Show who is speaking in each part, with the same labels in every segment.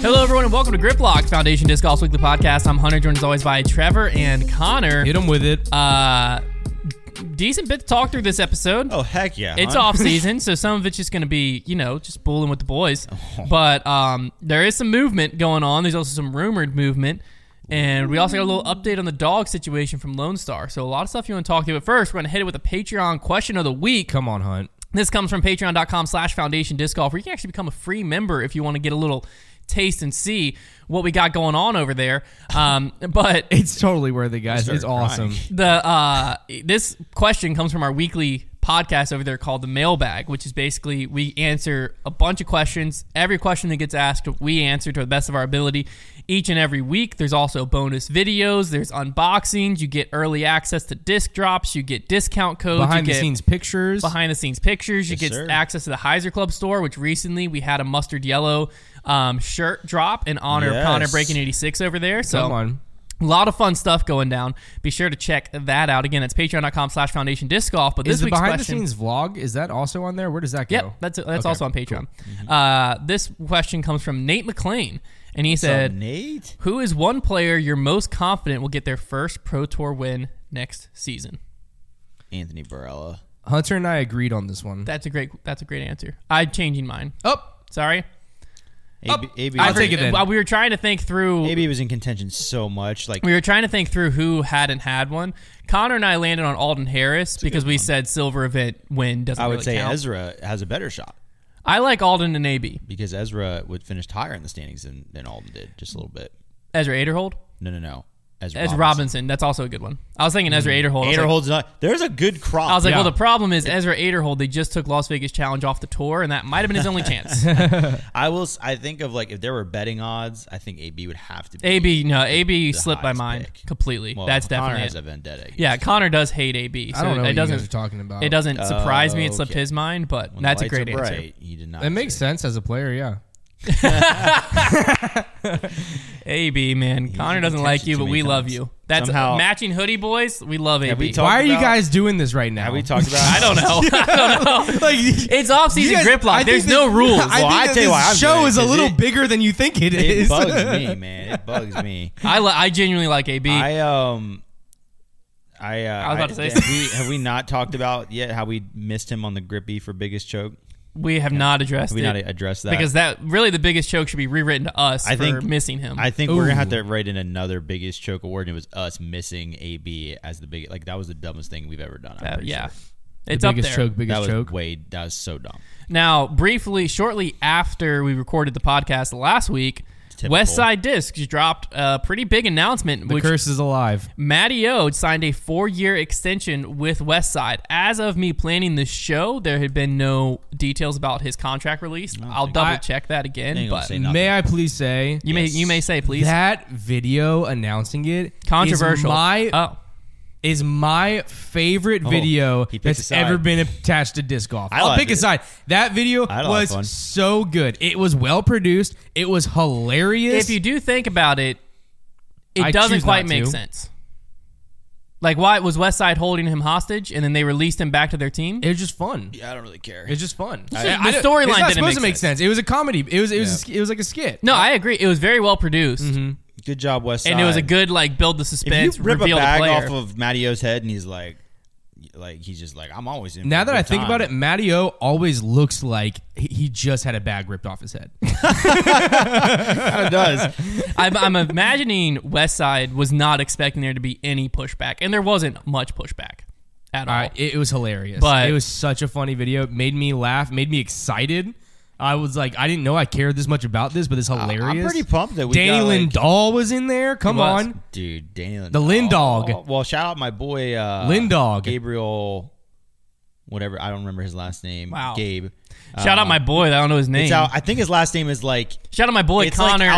Speaker 1: Hello, everyone, and welcome to Grip Lock Foundation Disc Golf's weekly podcast. I'm Hunter, joined as always by Trevor and Connor.
Speaker 2: Hit him with it.
Speaker 1: Uh, decent bit to talk through this episode.
Speaker 3: Oh heck yeah!
Speaker 1: It's
Speaker 3: hon.
Speaker 1: off season, so some of it's just going to be, you know, just bulling with the boys. But um, there is some movement going on. There's also some rumored movement. And we also got a little update on the dog situation from Lone Star. So, a lot of stuff you want to talk to. But first, we're going to hit it with a Patreon question of the week.
Speaker 2: Come on, Hunt.
Speaker 1: This comes from patreon.com slash foundation disc golf, where you can actually become a free member if you want to get a little taste and see what we got going on over there. Um, but
Speaker 2: It's totally worth it, guys.
Speaker 3: started
Speaker 2: It's awesome.
Speaker 3: crying.
Speaker 1: the uh, this question comes from our weekly podcast over there called the mailbag which is basically we answer a bunch of questions every question that gets asked we answer to the best of our ability each and every week there's also bonus videos there's unboxings you get early access to disc drops you get discount codes you
Speaker 2: Behind the
Speaker 1: get
Speaker 2: scenes pictures.
Speaker 1: behind the scenes pictures. You
Speaker 3: Yes,
Speaker 1: get
Speaker 3: sir.
Speaker 1: access to the Heiser Club store, which recently we had a mustard yellow um, shirt drop in honor of
Speaker 3: Yes.
Speaker 1: Connor breaking 86 over there. So
Speaker 2: Come on.
Speaker 1: a lot of fun stuff going down. Be sure to check that out. Again, it's patreon.com slash foundation disc golf. But this
Speaker 2: Is the
Speaker 1: week's
Speaker 2: behind
Speaker 1: question.
Speaker 2: the scenes vlog? Is that also on there? Where does that go?
Speaker 1: Yep, that's that's
Speaker 2: Okay, Mm-hmm.
Speaker 1: also on Patreon. Uh, this question comes from Nate McLean, and he said,
Speaker 3: Nate.
Speaker 1: "Who is one player you're most confident will get their first Pro Tour win next season?"
Speaker 3: Anthony Barella.
Speaker 2: Hunter and I agreed on this one.
Speaker 1: That's a great that's a great answer. I'm changing mine.
Speaker 2: Up.
Speaker 1: Sorry,
Speaker 3: AB, AB,
Speaker 1: I
Speaker 2: I'll take it
Speaker 1: forget-
Speaker 2: then.
Speaker 1: uh, We were trying to think through.
Speaker 3: AB was in contention so much. Like
Speaker 1: We were trying to think through who hadn't had one. Connor and I landed on Alden Harris because we said silver event win doesn't.
Speaker 3: I would
Speaker 1: really
Speaker 3: say,
Speaker 1: count.
Speaker 3: Ezra has a better shot
Speaker 1: I like Alden and AB.
Speaker 3: because Ezra would finished higher in the standings than, than Alden did, just a little bit.
Speaker 1: Ezra Aderhold,
Speaker 3: No, no, no. Ezra
Speaker 1: Ezra Robinson.
Speaker 3: Robinson. Mm-hmm.
Speaker 1: That's also a good one. I was thinking Ezra Aderhold. I was
Speaker 3: Ader
Speaker 1: like,
Speaker 3: holds not. There's a good crop.
Speaker 1: I was like,
Speaker 2: Yeah.
Speaker 1: well, the problem is Ezra Aderhold. They just took Las Vegas Challenge off the tour, and that might have been his only chance.
Speaker 3: I will. s- I think of like if there were betting odds, I think AB would have to. be
Speaker 1: AB, no, AB
Speaker 3: the
Speaker 1: slipped my
Speaker 3: highest
Speaker 1: mind
Speaker 3: pick.
Speaker 1: completely.
Speaker 3: Well,
Speaker 1: That's
Speaker 3: Connor
Speaker 1: definitely
Speaker 3: has
Speaker 1: it.
Speaker 3: a vendetta. against-
Speaker 1: yeah. Connor does hate AB, so
Speaker 2: I don't know
Speaker 1: it
Speaker 2: what you
Speaker 1: doesn't.
Speaker 2: guys are talking about.
Speaker 1: it doesn't surprise me. It slipped
Speaker 3: Oh, Okay.
Speaker 1: his mind, but
Speaker 3: When the
Speaker 1: that's a
Speaker 3: lights
Speaker 1: great
Speaker 3: are
Speaker 1: answer.
Speaker 3: bright, He did not.
Speaker 2: It makes sense as a player, yeah.
Speaker 1: AB man, Connor
Speaker 3: in
Speaker 1: doesn't like
Speaker 3: contention
Speaker 1: you,
Speaker 3: too
Speaker 1: but
Speaker 3: many
Speaker 1: we love
Speaker 3: times.
Speaker 1: you. That's
Speaker 3: Somehow-
Speaker 1: matching hoodie boys. We love AB.
Speaker 3: we talked-
Speaker 2: Why are you
Speaker 3: about-
Speaker 2: guys doing this right now?
Speaker 3: Have we talked about?
Speaker 1: I don't know. I don't know.
Speaker 2: like
Speaker 1: It's off
Speaker 2: you
Speaker 1: season
Speaker 2: guys-
Speaker 1: grip
Speaker 2: I
Speaker 1: lock.
Speaker 2: think
Speaker 1: There's
Speaker 2: that-
Speaker 1: no rules.
Speaker 3: Well,
Speaker 2: I think
Speaker 3: I tell
Speaker 2: that
Speaker 3: you
Speaker 2: this
Speaker 3: why I'm
Speaker 2: show
Speaker 3: doing
Speaker 2: is
Speaker 3: it,
Speaker 2: a
Speaker 3: 'cause
Speaker 2: little
Speaker 3: it-
Speaker 2: bigger than you think it
Speaker 3: It
Speaker 2: is.
Speaker 3: bugs me, man. It bugs me.
Speaker 1: I li- I genuinely like AB.
Speaker 3: I um, I uh,
Speaker 1: I was about to say
Speaker 3: have we, have we not talked about yet how we missed him on the grippy for biggest choke?
Speaker 1: we have not addressed
Speaker 3: Have we
Speaker 1: it
Speaker 3: not addressed that?
Speaker 1: because that really the biggest choke should be rewritten to us
Speaker 3: I
Speaker 1: for
Speaker 3: think-
Speaker 1: missing him. Uh,
Speaker 3: I think we're gonna have to write in another biggest choke award. And it was us missing AB as the big. Like that was the dumbest thing we've ever done. I'm
Speaker 1: Uh,
Speaker 3: pretty
Speaker 1: yeah,
Speaker 3: sure.
Speaker 1: it's up there.
Speaker 2: biggest choke,
Speaker 3: that
Speaker 2: biggest
Speaker 3: was
Speaker 2: choke.
Speaker 3: way. That was so dumb.
Speaker 1: Now, briefly, shortly after we recorded the podcast last week,
Speaker 3: Typical.
Speaker 1: West Side Discs dropped a pretty big announcement.
Speaker 2: The
Speaker 1: which
Speaker 2: curse is alive.
Speaker 1: Matty Ode signed a four-year extension with Westside. As of me planning this show, there had been no details about his contract release. I'll double check that again,
Speaker 3: ain't gonna
Speaker 1: but
Speaker 3: say
Speaker 1: you
Speaker 3: nothing.
Speaker 2: May I please say
Speaker 1: may
Speaker 3: Yes.
Speaker 1: you may say please
Speaker 2: that video announcing it is
Speaker 1: controversial.
Speaker 2: my
Speaker 1: oh,
Speaker 2: is my favorite video
Speaker 3: Oh, he picked a
Speaker 2: that's
Speaker 3: side.
Speaker 2: ever been attached to disc golf.
Speaker 3: I
Speaker 2: I'll
Speaker 3: liked
Speaker 2: pick a
Speaker 3: it.
Speaker 2: side. That video
Speaker 3: I had a lot of fun.
Speaker 2: was so good. It was well produced. It was hilarious.
Speaker 1: if you do think about it, it
Speaker 2: I
Speaker 1: doesn't
Speaker 2: choose
Speaker 1: quite
Speaker 2: not
Speaker 1: make
Speaker 2: to.
Speaker 1: sense. Like why was Westside holding him hostage and then they released him back to their team?
Speaker 2: it was just fun.
Speaker 3: Yeah, I don't really care.
Speaker 2: It's just fun.
Speaker 1: just-
Speaker 2: I- I
Speaker 1: the
Speaker 2: don't-
Speaker 1: storyline didn't
Speaker 2: It's not supposed to
Speaker 1: make
Speaker 2: make sense. It was a comedy. It was it was it was like a skit.
Speaker 1: no, I agree. It was very well produced
Speaker 3: good job, West.
Speaker 1: and it was a
Speaker 3: Mm-hmm. Side.
Speaker 1: good like build the suspense,
Speaker 3: if you rip a
Speaker 1: reveal
Speaker 3: bag
Speaker 1: the player.
Speaker 3: off of Matteo's head and he's like, like he's just like, I'm always in.
Speaker 2: Now
Speaker 3: for a
Speaker 2: that I
Speaker 3: good
Speaker 2: think
Speaker 3: time."
Speaker 2: about it, Matteo always looks like he- he just had a bag ripped off his head.
Speaker 3: it does.
Speaker 1: I'm, I'm imagining West Side was not expecting there to be any pushback, and there wasn't much pushback at all.
Speaker 2: Uh, it, it was hilarious.
Speaker 1: But-
Speaker 2: it was such a funny video. It made me laugh. Made me excited. I was like, I didn't know I cared this much about this, but it's hilarious.
Speaker 3: I'm pretty pumped that we
Speaker 2: Danny
Speaker 3: got, like-
Speaker 2: Lindahl was in there. Come
Speaker 1: He was.
Speaker 2: on,
Speaker 3: dude. Danny Lindog.
Speaker 2: The Lindog.
Speaker 3: Well, shout out my boy uh,
Speaker 2: Lindog.
Speaker 3: Gabriel, whatever. I don't remember his last name.
Speaker 1: Wow.
Speaker 3: Gabe.
Speaker 1: Shout out my boy. I don't know his name.
Speaker 3: uh, It's out, I think his last name is like
Speaker 1: Shout out my boy
Speaker 3: it's
Speaker 1: Connor.
Speaker 3: like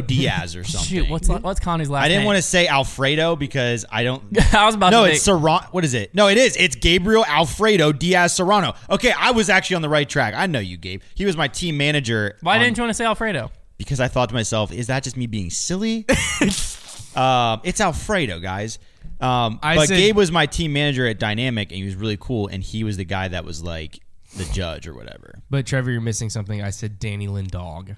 Speaker 3: Diaz or something.
Speaker 1: Shoot, what's what's Connor's last
Speaker 3: I didn't
Speaker 1: name?
Speaker 3: want to say Alfredo because I don't.
Speaker 1: I was about
Speaker 3: no,
Speaker 1: to
Speaker 3: it's Serrano. What is it? No, it is. It's Gabriel Alfredo Diaz Serrano. Okay, I was actually on the right track. I know you, Gabe. He was my team manager.
Speaker 1: Why
Speaker 3: on-
Speaker 1: didn't you want to say Alfredo?
Speaker 3: because I thought to myself, is that just me being silly? um, it's Alfredo, guys. Um,
Speaker 2: I
Speaker 3: but
Speaker 2: said-
Speaker 3: Gabe was my team manager at Dynamic, and he was really cool. And he was the guy that was like the judge or whatever.
Speaker 2: but Trevor, you're missing something. I said Danny Lindog.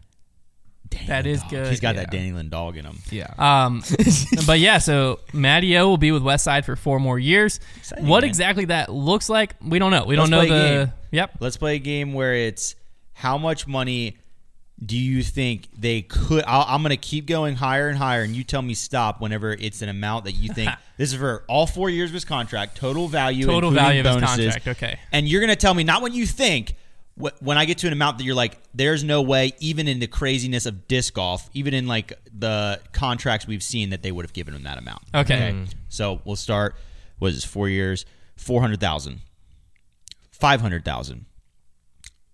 Speaker 3: Danny
Speaker 1: That is
Speaker 3: Lindell.
Speaker 1: good,
Speaker 3: He's got
Speaker 2: yeah.
Speaker 3: that Danny Lynn dog in him.
Speaker 2: Yeah.
Speaker 1: Um, but yeah, so Matty O will be with Westside for four more years.
Speaker 3: Exciting,
Speaker 1: what
Speaker 3: man.
Speaker 1: exactly that looks like, we don't know. We
Speaker 3: Let's
Speaker 1: don't know
Speaker 3: play a
Speaker 1: the.
Speaker 3: game.
Speaker 1: Yep.
Speaker 3: Let's play a game where it's how much money do you think they could? I'll, I'm going to keep going higher and higher, and you tell me stop whenever it's an amount that you think this is for all four years of his contract, total value,
Speaker 1: Total
Speaker 3: including
Speaker 1: value of his
Speaker 3: bonuses.
Speaker 1: contract, okay.
Speaker 3: And you're going to tell me not what you think. wh- When I get to an amount that you're like, there's no way, even in the craziness of disc golf, even in like the contracts we've seen, that they would have given him that amount.
Speaker 1: Okay.
Speaker 3: Mm. So we'll start. What is this? Four years, four hundred thousand, five hundred thousand,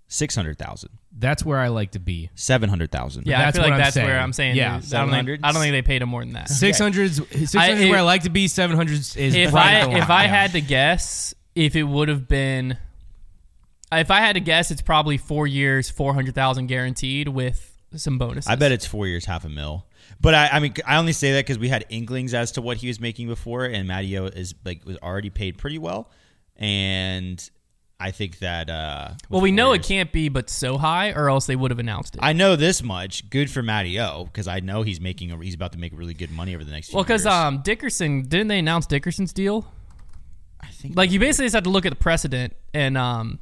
Speaker 3: six hundred thousand,
Speaker 2: That's where I like to be.
Speaker 3: seven hundred thousand.
Speaker 1: Yeah,
Speaker 2: That's
Speaker 1: I feel
Speaker 2: what
Speaker 1: like
Speaker 2: I'm
Speaker 1: that's where
Speaker 2: saying.
Speaker 1: I'm saying.
Speaker 2: Yeah,
Speaker 1: is- I don't, think,
Speaker 3: 700.
Speaker 1: I don't think they paid him more than that.
Speaker 2: 600's, 600's
Speaker 1: I-
Speaker 2: where I like to be. 700's is
Speaker 1: If
Speaker 2: right
Speaker 1: I
Speaker 2: on the
Speaker 1: if
Speaker 2: line.
Speaker 1: I had to guess, if it would have been, if I had to guess, it's probably four years, four hundred thousand guaranteed with some bonuses.
Speaker 3: I bet it's four years, half a mil. But I, I mean, I only say that because we had inklings as to what he was making before, and Matteo is like was already paid pretty well, and I think that. uh
Speaker 1: Well, we
Speaker 3: with
Speaker 1: know
Speaker 3: four
Speaker 1: it
Speaker 3: years-
Speaker 1: can't be but so high, or else they would have announced it.
Speaker 3: I know this much. Good for Matteo because I know he's making. A, he's about to make really good money over the next.
Speaker 1: well,
Speaker 3: because
Speaker 1: because um, Dickerson didn't they announce Dickerson's deal?
Speaker 3: I think
Speaker 1: Like you basically just have to look at the precedent and um,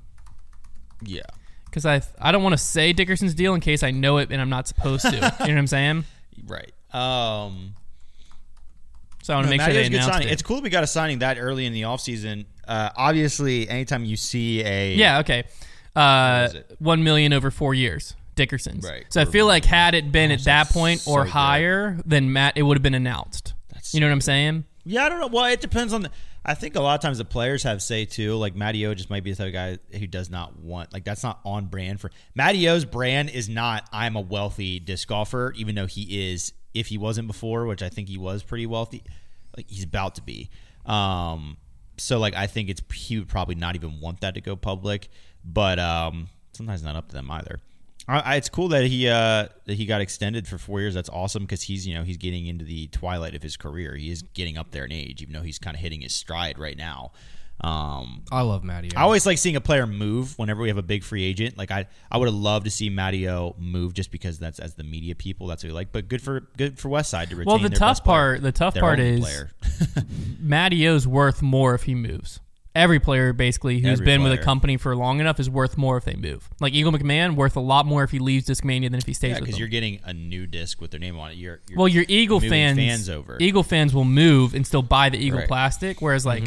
Speaker 3: yeah.
Speaker 1: because I I don't want to say Dickerson's deal in case I know it and I'm not supposed to. you know what I'm saying?
Speaker 3: Right. Um.
Speaker 1: So I want to
Speaker 3: No,
Speaker 1: make sure they
Speaker 3: Matteo's a good
Speaker 1: announce
Speaker 3: signing.
Speaker 1: it.
Speaker 3: It's cool that we got a signing that early in the offseason. Uh, obviously, anytime you see a
Speaker 1: Yeah. Okay. Uh,
Speaker 3: is it?
Speaker 1: one million over four years. Dickerson's.
Speaker 3: Right.
Speaker 1: So I feel like had it been at that
Speaker 3: that's
Speaker 1: point
Speaker 3: so
Speaker 1: or
Speaker 3: good.
Speaker 1: higher, then Matt, it would have been announced.
Speaker 3: That's
Speaker 1: you know what I'm saying?
Speaker 3: yeah, I don't know. Well, it depends on. the I think a lot of times the players have say too. Like Matteo just might be the type of guy who does not want like that's not on brand for Matteo's brand is not. I'm a wealthy disc golfer, even though he is. If he wasn't before, which I think he was pretty wealthy, like he's about to be. Um, so like I think it's he would probably not even want that to go public, but um, sometimes not up to them either. I, I, it's cool that he uh, that he got extended for four years. That's awesome because he's you know he's getting into the twilight of his career. He is getting up there in age, even though he's kind of hitting his stride right now. Um,
Speaker 2: I love Matty.
Speaker 3: I always like seeing a player move whenever we have a big free agent. Like I, I would have loved to see Matteo move just because that's as the media people that's what we like. But good for good for Westside to retain.
Speaker 1: Well, the
Speaker 3: their
Speaker 1: tough
Speaker 3: best player,
Speaker 1: part, the tough
Speaker 3: their
Speaker 1: part
Speaker 3: only
Speaker 1: is
Speaker 3: player.
Speaker 1: Matteo's worth more if he moves. Every player basically who's
Speaker 3: Every
Speaker 1: been with a
Speaker 3: player.
Speaker 1: company for long enough is worth more if they move. Like Eagle McMahon, worth a lot more if he leaves Discmania than if he stays
Speaker 3: Yeah,
Speaker 1: with
Speaker 3: because
Speaker 1: them.
Speaker 3: you're getting a new disc with their name on it. You're, you're
Speaker 1: well, your Eagle
Speaker 3: moving
Speaker 1: fans,
Speaker 3: fans over.
Speaker 1: Eagle fans will move and still buy the Eagle
Speaker 3: Right. Mm-hmm.
Speaker 1: plastic, whereas like,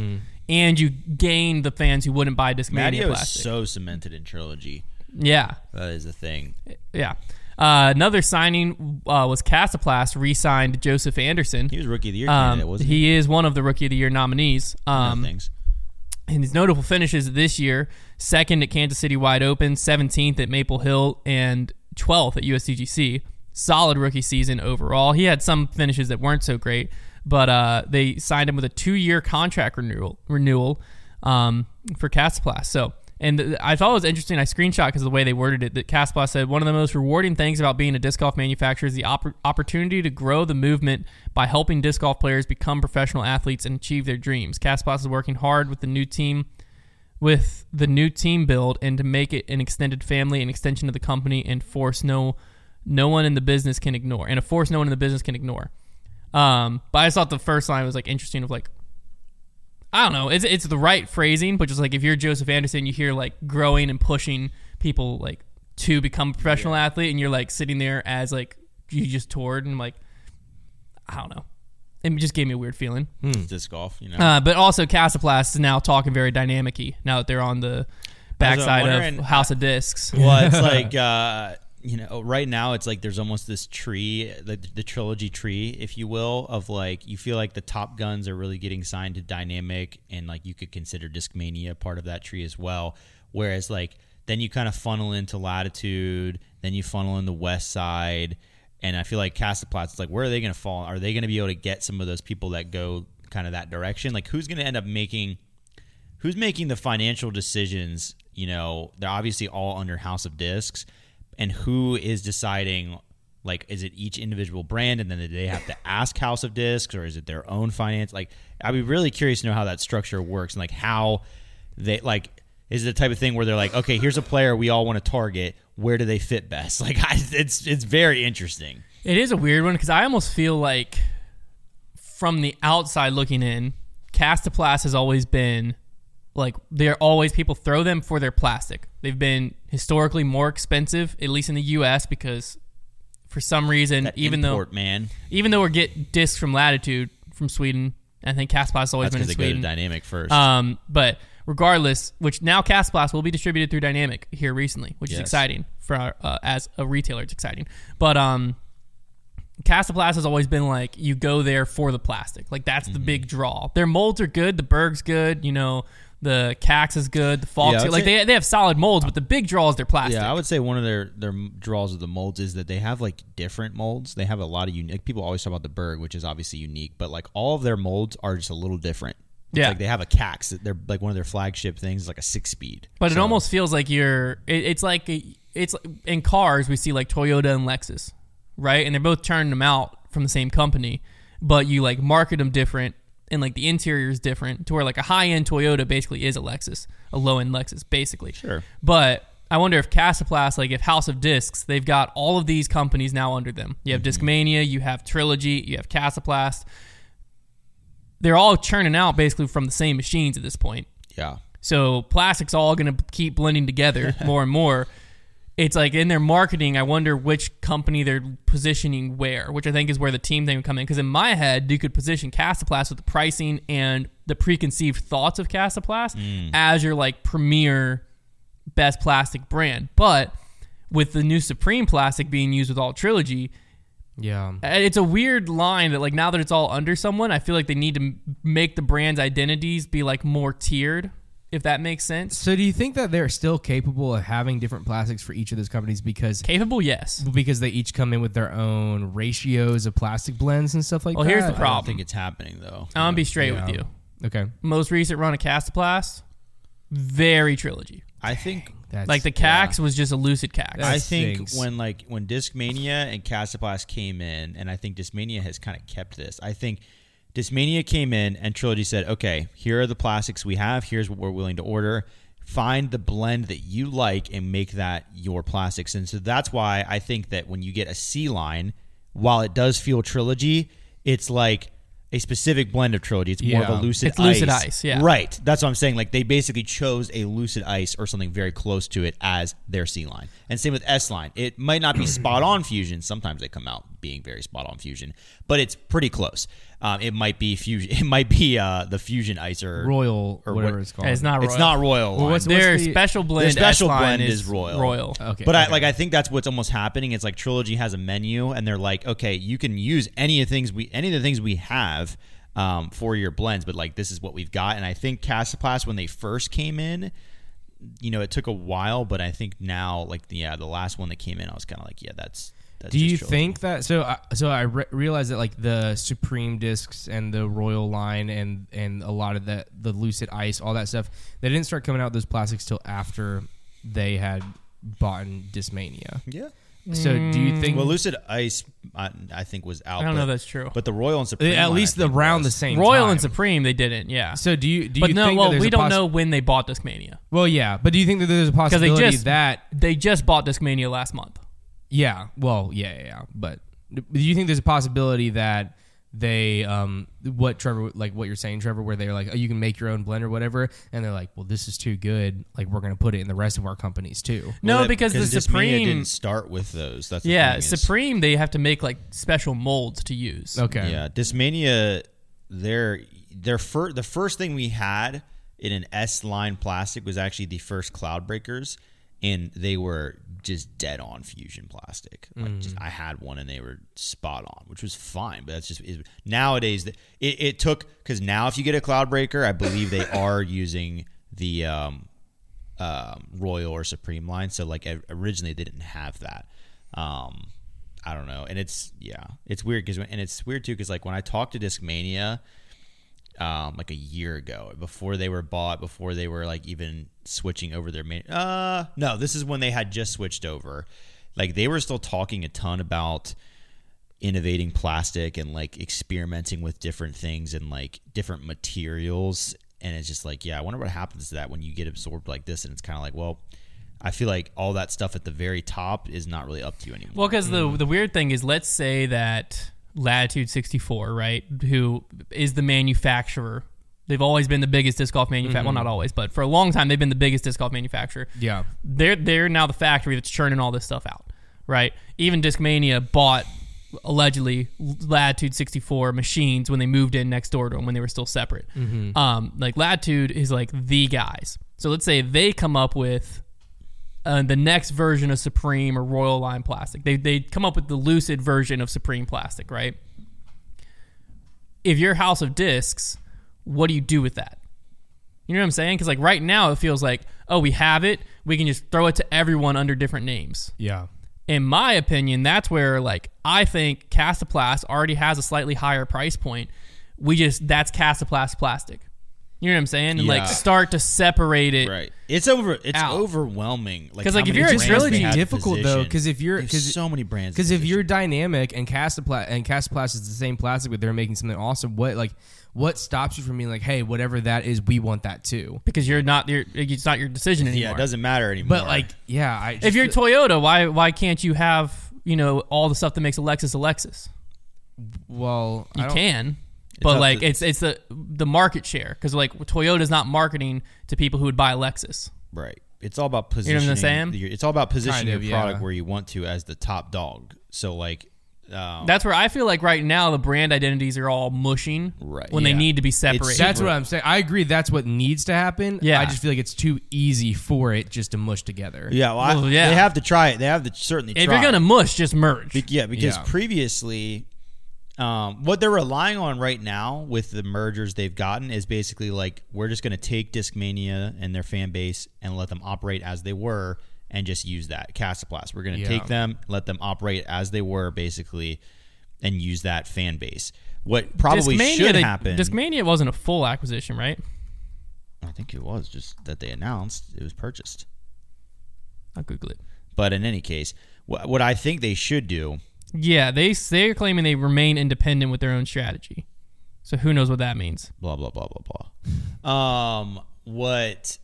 Speaker 1: and you gain the fans who wouldn't buy Discmania
Speaker 3: Matteo is
Speaker 1: plastic.
Speaker 3: so cemented in trilogy.
Speaker 1: yeah,
Speaker 3: That is the thing.
Speaker 1: yeah. Uh, another signing uh, was Casaplast re-signed Joseph Anderson.
Speaker 3: He was rookie of the year
Speaker 1: Um,
Speaker 3: candidate, wasn't he?
Speaker 1: he is one of the Rookie of the Year nominees. Um,
Speaker 3: Things.
Speaker 1: And his notable finishes this year second at Kansas City Wide Open, 17th at Maple Hill, and 12th at USCGC. Solid rookie season overall. He had some finishes that weren't so great, but uh, they signed him with a two year contract renewal renewal um, for Castplast. So, and th- I thought it was interesting. I screenshot because of the way they worded it that Castplast said one of the most rewarding things about being a disc golf manufacturer is the oppor- opportunity to grow the movement by helping disc golf players become professional athletes and achieve their dreams. Castplast is working hard with the new team with the new team build and to make it an extended family, an extension of the company, and force no no one in the business can ignore, and a force no one in the business can ignore. Um, but I just thought the first line was like interesting. Of like, I don't know, it's it's the right phrasing, but just like if you're Joseph Anderson, you hear like growing and pushing people like to become a professional athlete, and you're like sitting there as like you just toured and like I don't know, it just gave me a weird feeling.
Speaker 3: It's disc golf, you know.
Speaker 1: Uh, but also Casaplast is now talking very dynamic-y now that they're on the backside of
Speaker 3: wondering-
Speaker 1: House of Discs.
Speaker 3: well, it's like uh, you know, right now it's like there's almost this tree, the, the trilogy tree, if you will, of like you feel like the Top Guns are really getting signed to Dynamic, and like you could consider Discmania part of that tree as well. Whereas like then you kind of funnel into Latitude, then you funnel into West Side, and I feel like Castaplats. It's like where are they going to fall? Are they going to be able to get some of those people that go kind of that direction? Like who's going to end up making? who's making the financial decisions you know they're obviously all under house of discs and who is deciding like is it each individual brand and then do they have to ask house of discs or is it their own finance like i'd be really curious to know how that structure works and like how they like is the type of thing where they're like, okay, here's a player we all want to target. Where do they fit best? Like, I, it's it's very interesting.
Speaker 1: It is a weird one because I almost feel like from the outside looking in, Castaplas has always been like they're always people throw them for their plastic. They've been historically more expensive, at least in the U.S. because for some reason,
Speaker 3: That
Speaker 1: even
Speaker 3: import,
Speaker 1: though
Speaker 3: man,
Speaker 1: even though we get discs from Latitude from Sweden, I think Castaplas has always
Speaker 3: that's
Speaker 1: been in
Speaker 3: because they go to
Speaker 1: Sweden.
Speaker 3: dynamic first.
Speaker 1: Um, but regardless, which now Castblast will be distributed through Dynamic here recently, which is
Speaker 3: Yes.
Speaker 1: exciting for our, uh, as a retailer. It's exciting, but um, Castblast has always been like you go there for the plastic, like that's the
Speaker 3: Mm-hmm.
Speaker 1: big draw. Their molds are good, the Berg's good, you know, the Cax is good, the Falk's
Speaker 3: Yeah, I
Speaker 1: good.
Speaker 3: would
Speaker 1: like
Speaker 3: say-
Speaker 1: they they have solid molds, but the big draw is their plastic.
Speaker 3: Yeah, I would say one of their their draws of the molds is that they have like different molds. They have a lot of unique. People always talk about the Berg, which is obviously unique, but like all of their molds are just a little different. It's
Speaker 1: Yeah.
Speaker 3: like they have a Cax. that They're like one of their flagship things is like a six speed.
Speaker 1: But it almost feels like you're. It, it's like a- it's in cars we see like Toyota and Lexus, right? And they're both turning them out from the same company, but you like market them different, and like the interior is different to where like a high end Toyota basically is a Lexus, a low end Lexus basically.
Speaker 3: Sure.
Speaker 1: But I wonder if Casaplast, like if House of Discs, they've got all of these companies now under them. You have Discmania, you have Trilogy, you have Casaplast. They're all churning out basically from the same machines at this point.
Speaker 3: Yeah.
Speaker 1: So plastic's all going to keep blending together more and more. It's like in their marketing, I wonder which company they're positioning where, which I think is where the team thing would come in. Because in my head, you could position Castoplast with the pricing and the preconceived thoughts of Castoplast as your like premier best plastic brand. But with the new Supreme plastic being used with all trilogy,
Speaker 2: Yeah.
Speaker 1: uh, it's a weird line that like now that it's all under someone i feel like they need to m- make the brand's identities be like more tiered if that makes sense
Speaker 2: So do you think that they're still capable of having different plastics for each of those companies because
Speaker 1: capable yes
Speaker 2: because they each come in with their own ratios of plastic blends and stuff like
Speaker 1: Well,
Speaker 2: that?
Speaker 1: here's the
Speaker 3: I don't
Speaker 1: problem
Speaker 3: think it's happening though.
Speaker 1: i'm gonna be straight with
Speaker 2: Yeah.
Speaker 1: you
Speaker 2: Okay.
Speaker 1: most recent run of castoplast very trilogy
Speaker 3: I think
Speaker 2: That's,
Speaker 1: like the cax was just a lucid cax
Speaker 3: I
Speaker 2: That's
Speaker 3: think
Speaker 2: things.
Speaker 3: when like when Discmania and Casaplast came in, and I think Discmania has kind of kept this. I think Discmania came in and Trilogy said, "Okay, here are the plastics we have. Here's what we're willing to order. Find the blend that you like and make that your plastics." And so that's why I think that when you get a C line, while it does feel Trilogy, it's like a specific blend of Trilogy. It's more of a
Speaker 2: Yeah.
Speaker 3: lucid
Speaker 1: It's Lucid Ice, yeah.
Speaker 3: Right. That's what I'm saying. Like they basically chose a lucid ice or something very close to it as their C line. And same with S line. It might not be spot on fusion. Sometimes they come out being very spot on fusion, but it's pretty close. Um, it might be fusion. It might be uh, the fusion ice or
Speaker 2: Royal
Speaker 3: or
Speaker 2: or whatever
Speaker 3: what-
Speaker 2: it's called.
Speaker 1: it's not royal.
Speaker 3: It's not royal.
Speaker 2: Well,
Speaker 3: line.
Speaker 2: what's-
Speaker 1: their
Speaker 2: the-
Speaker 1: special blend
Speaker 3: Their special
Speaker 1: S-line
Speaker 3: blend is royal.
Speaker 1: royal
Speaker 2: Okay.
Speaker 3: But I,
Speaker 2: okay.
Speaker 3: like I think that's what's almost happening. It's like Trilogy has a menu, and they're like, okay, you can use any of the things we any of the things we have um, for your blends, but like this is what we've got. And I think Casaplast when they first came in, you know, it took a while, but I think now like the yeah, the last one that came in, I was kind of like, yeah, that's. that's
Speaker 2: Do
Speaker 3: just
Speaker 2: you
Speaker 3: Trilogy.
Speaker 2: think that so? I so I re- realized that like the Supreme discs and the Royal line and and a lot of that the Lucid Ice, all that stuff, they didn't start coming out with those plastics till after they had bought in Dismania.
Speaker 3: Yeah.
Speaker 2: So do you
Speaker 1: Mm.
Speaker 2: think
Speaker 3: Well, Lucid Ice, I, I think was out.
Speaker 1: I don't
Speaker 3: but-
Speaker 1: know if that's true.
Speaker 3: But the Royal and Supreme,
Speaker 2: at
Speaker 3: line, I
Speaker 2: least the
Speaker 3: think,
Speaker 2: round the
Speaker 3: was-
Speaker 2: same
Speaker 1: royal
Speaker 2: time.
Speaker 1: and supreme they didn't yeah
Speaker 2: So do you do you
Speaker 1: but no
Speaker 2: think that
Speaker 1: well
Speaker 2: there's
Speaker 1: we
Speaker 2: a
Speaker 1: don't
Speaker 2: possi-
Speaker 1: know when they bought discmania
Speaker 2: Well, yeah, but do you think that there's a
Speaker 1: they
Speaker 2: possibility
Speaker 1: just-
Speaker 2: that
Speaker 1: they just bought discmania last month
Speaker 2: Yeah. Well, yeah, yeah, yeah. But do you think there's a possibility that they, um, what Trevor, like what you're saying, Trevor, where they're like, oh, you can make your own blend or whatever, and they're like, well, this is too good. Like, we're going to put it in the rest of our companies too.
Speaker 1: no
Speaker 3: Well, that-
Speaker 1: because the
Speaker 3: Discmania
Speaker 1: supreme
Speaker 3: didn't start with those. That's the
Speaker 1: Yeah,
Speaker 3: thing is-
Speaker 1: Supreme they have to make like special molds to use.
Speaker 2: Okay.
Speaker 3: Yeah, Discmania, their their fir- the first thing we had in an S line plastic was actually the first Cloudbreakers, and they were just dead on fusion plastic. Like just, I had one and they were spot on, which was fine. But that's just it, nowadays. It, it took because now if you get a Cloudbreaker, I believe they are using the um, um, Royal or Supreme line. So like o- originally they didn't have that. Um, I don't know, and it's yeah, it's weird because and it's weird too because like when I talked to Discmania, um, like a year ago, before they were bought, before they were like even switching over their main. Uh, no, this is when they had just switched over. Like they were still talking a ton about innovating plastic and like experimenting with different things and like different materials and it's just like, yeah, I wonder what happens to that when you get absorbed like this, and it's kind of like, well, I feel like all that stuff at the very top is not really up to you anymore.
Speaker 1: Well, because the the weird thing is, let's say that Latitude 64, right, who is the manufacturer. They've always been the biggest disc golf manufacturer. Well, not always, but for a long time, they've been the biggest disc golf manufacturer.
Speaker 2: Yeah.
Speaker 1: They're they're now the factory that's churning all this stuff out, right? Even Discmania bought allegedly Latitude 64 machines when they moved in next door to them when they were still separate. Um, like Latitude is like the guys. So let's say they come up with uh, the next version of Supreme or Royal Line plastic. They they come up with the Lucid version of Supreme plastic, right? If you're House of Discs, what do you do with that? You know what I'm saying? Because like right now, it feels like oh, we have it. We can just throw it to everyone under different names.
Speaker 2: Yeah.
Speaker 1: In my opinion, that's where like I think Castoplast already has a slightly higher price point. We just that's Castoplast plastic. You know what I'm saying? And
Speaker 3: Yeah.
Speaker 1: like start to separate it.
Speaker 3: right? It's over. It's
Speaker 1: Out.
Speaker 3: overwhelming.
Speaker 1: 'Cause, like,
Speaker 3: how
Speaker 1: if
Speaker 3: many
Speaker 1: you're a
Speaker 3: brands
Speaker 1: trilogy-
Speaker 3: they have
Speaker 2: difficult, though,
Speaker 3: positioned.
Speaker 2: 'cause if you're-
Speaker 3: There's
Speaker 2: 'cause-
Speaker 3: so many brands,
Speaker 2: Because if
Speaker 3: positioned.
Speaker 2: you're dynamic and castopla and castoplast is the same plastic, but they're making something awesome, what like what stops you from being like, hey, whatever that is, we want that too.
Speaker 1: Because you're not your it's not your decision anymore.
Speaker 3: yeah, it doesn't matter anymore.
Speaker 2: But like, yeah, I just
Speaker 1: if you're
Speaker 2: feel-
Speaker 1: Toyota, why why can't you have you know all the stuff that makes a Lexus a Lexus?
Speaker 2: well, I
Speaker 1: You
Speaker 2: don't-
Speaker 1: can,
Speaker 3: up
Speaker 1: but like
Speaker 3: to-
Speaker 1: it's it's the the market share because like Toyota's not marketing to people who would buy a Lexus.
Speaker 3: Right. It's all about
Speaker 1: know
Speaker 3: positioning.
Speaker 1: what I'm
Speaker 3: your- It's all about positioning
Speaker 2: Kind of,
Speaker 3: your product
Speaker 2: yeah.
Speaker 3: where you want to as the top dog. So like, um,
Speaker 1: That's where I feel like right now the brand identities are all mushing
Speaker 3: Right,
Speaker 1: when
Speaker 3: yeah.
Speaker 1: they need to be separated.
Speaker 2: That's what I'm saying. I agree. That's what needs to happen.
Speaker 1: Yeah.
Speaker 2: I just feel like it's too easy for it just to mush together.
Speaker 3: yeah, well, I-
Speaker 1: Well, yeah.
Speaker 3: they have to try it. They have to certainly.
Speaker 1: if
Speaker 3: try.
Speaker 1: you're gonna mush, just merge.
Speaker 3: Be- yeah, because
Speaker 2: Yeah.
Speaker 3: previously, um, what they're relying on right now with the mergers they've gotten is basically like we're just going to take Discmania and their fan base and let them operate as they were and just use that Castoplast. We're going to
Speaker 2: Yeah.
Speaker 3: take them, let them operate as they were basically, and use that fan base. What probably
Speaker 1: Discmania,
Speaker 3: should
Speaker 1: they-
Speaker 3: happen.
Speaker 1: Discmania wasn't a full acquisition, right?
Speaker 3: I think it was just that they announced it was purchased.
Speaker 1: I'll Google it.
Speaker 3: But in any case, wh- what I think they should do
Speaker 1: Yeah, they they're claiming they remain independent with their own strategy. So who knows what that means?
Speaker 3: blah blah blah blah blah. Um, what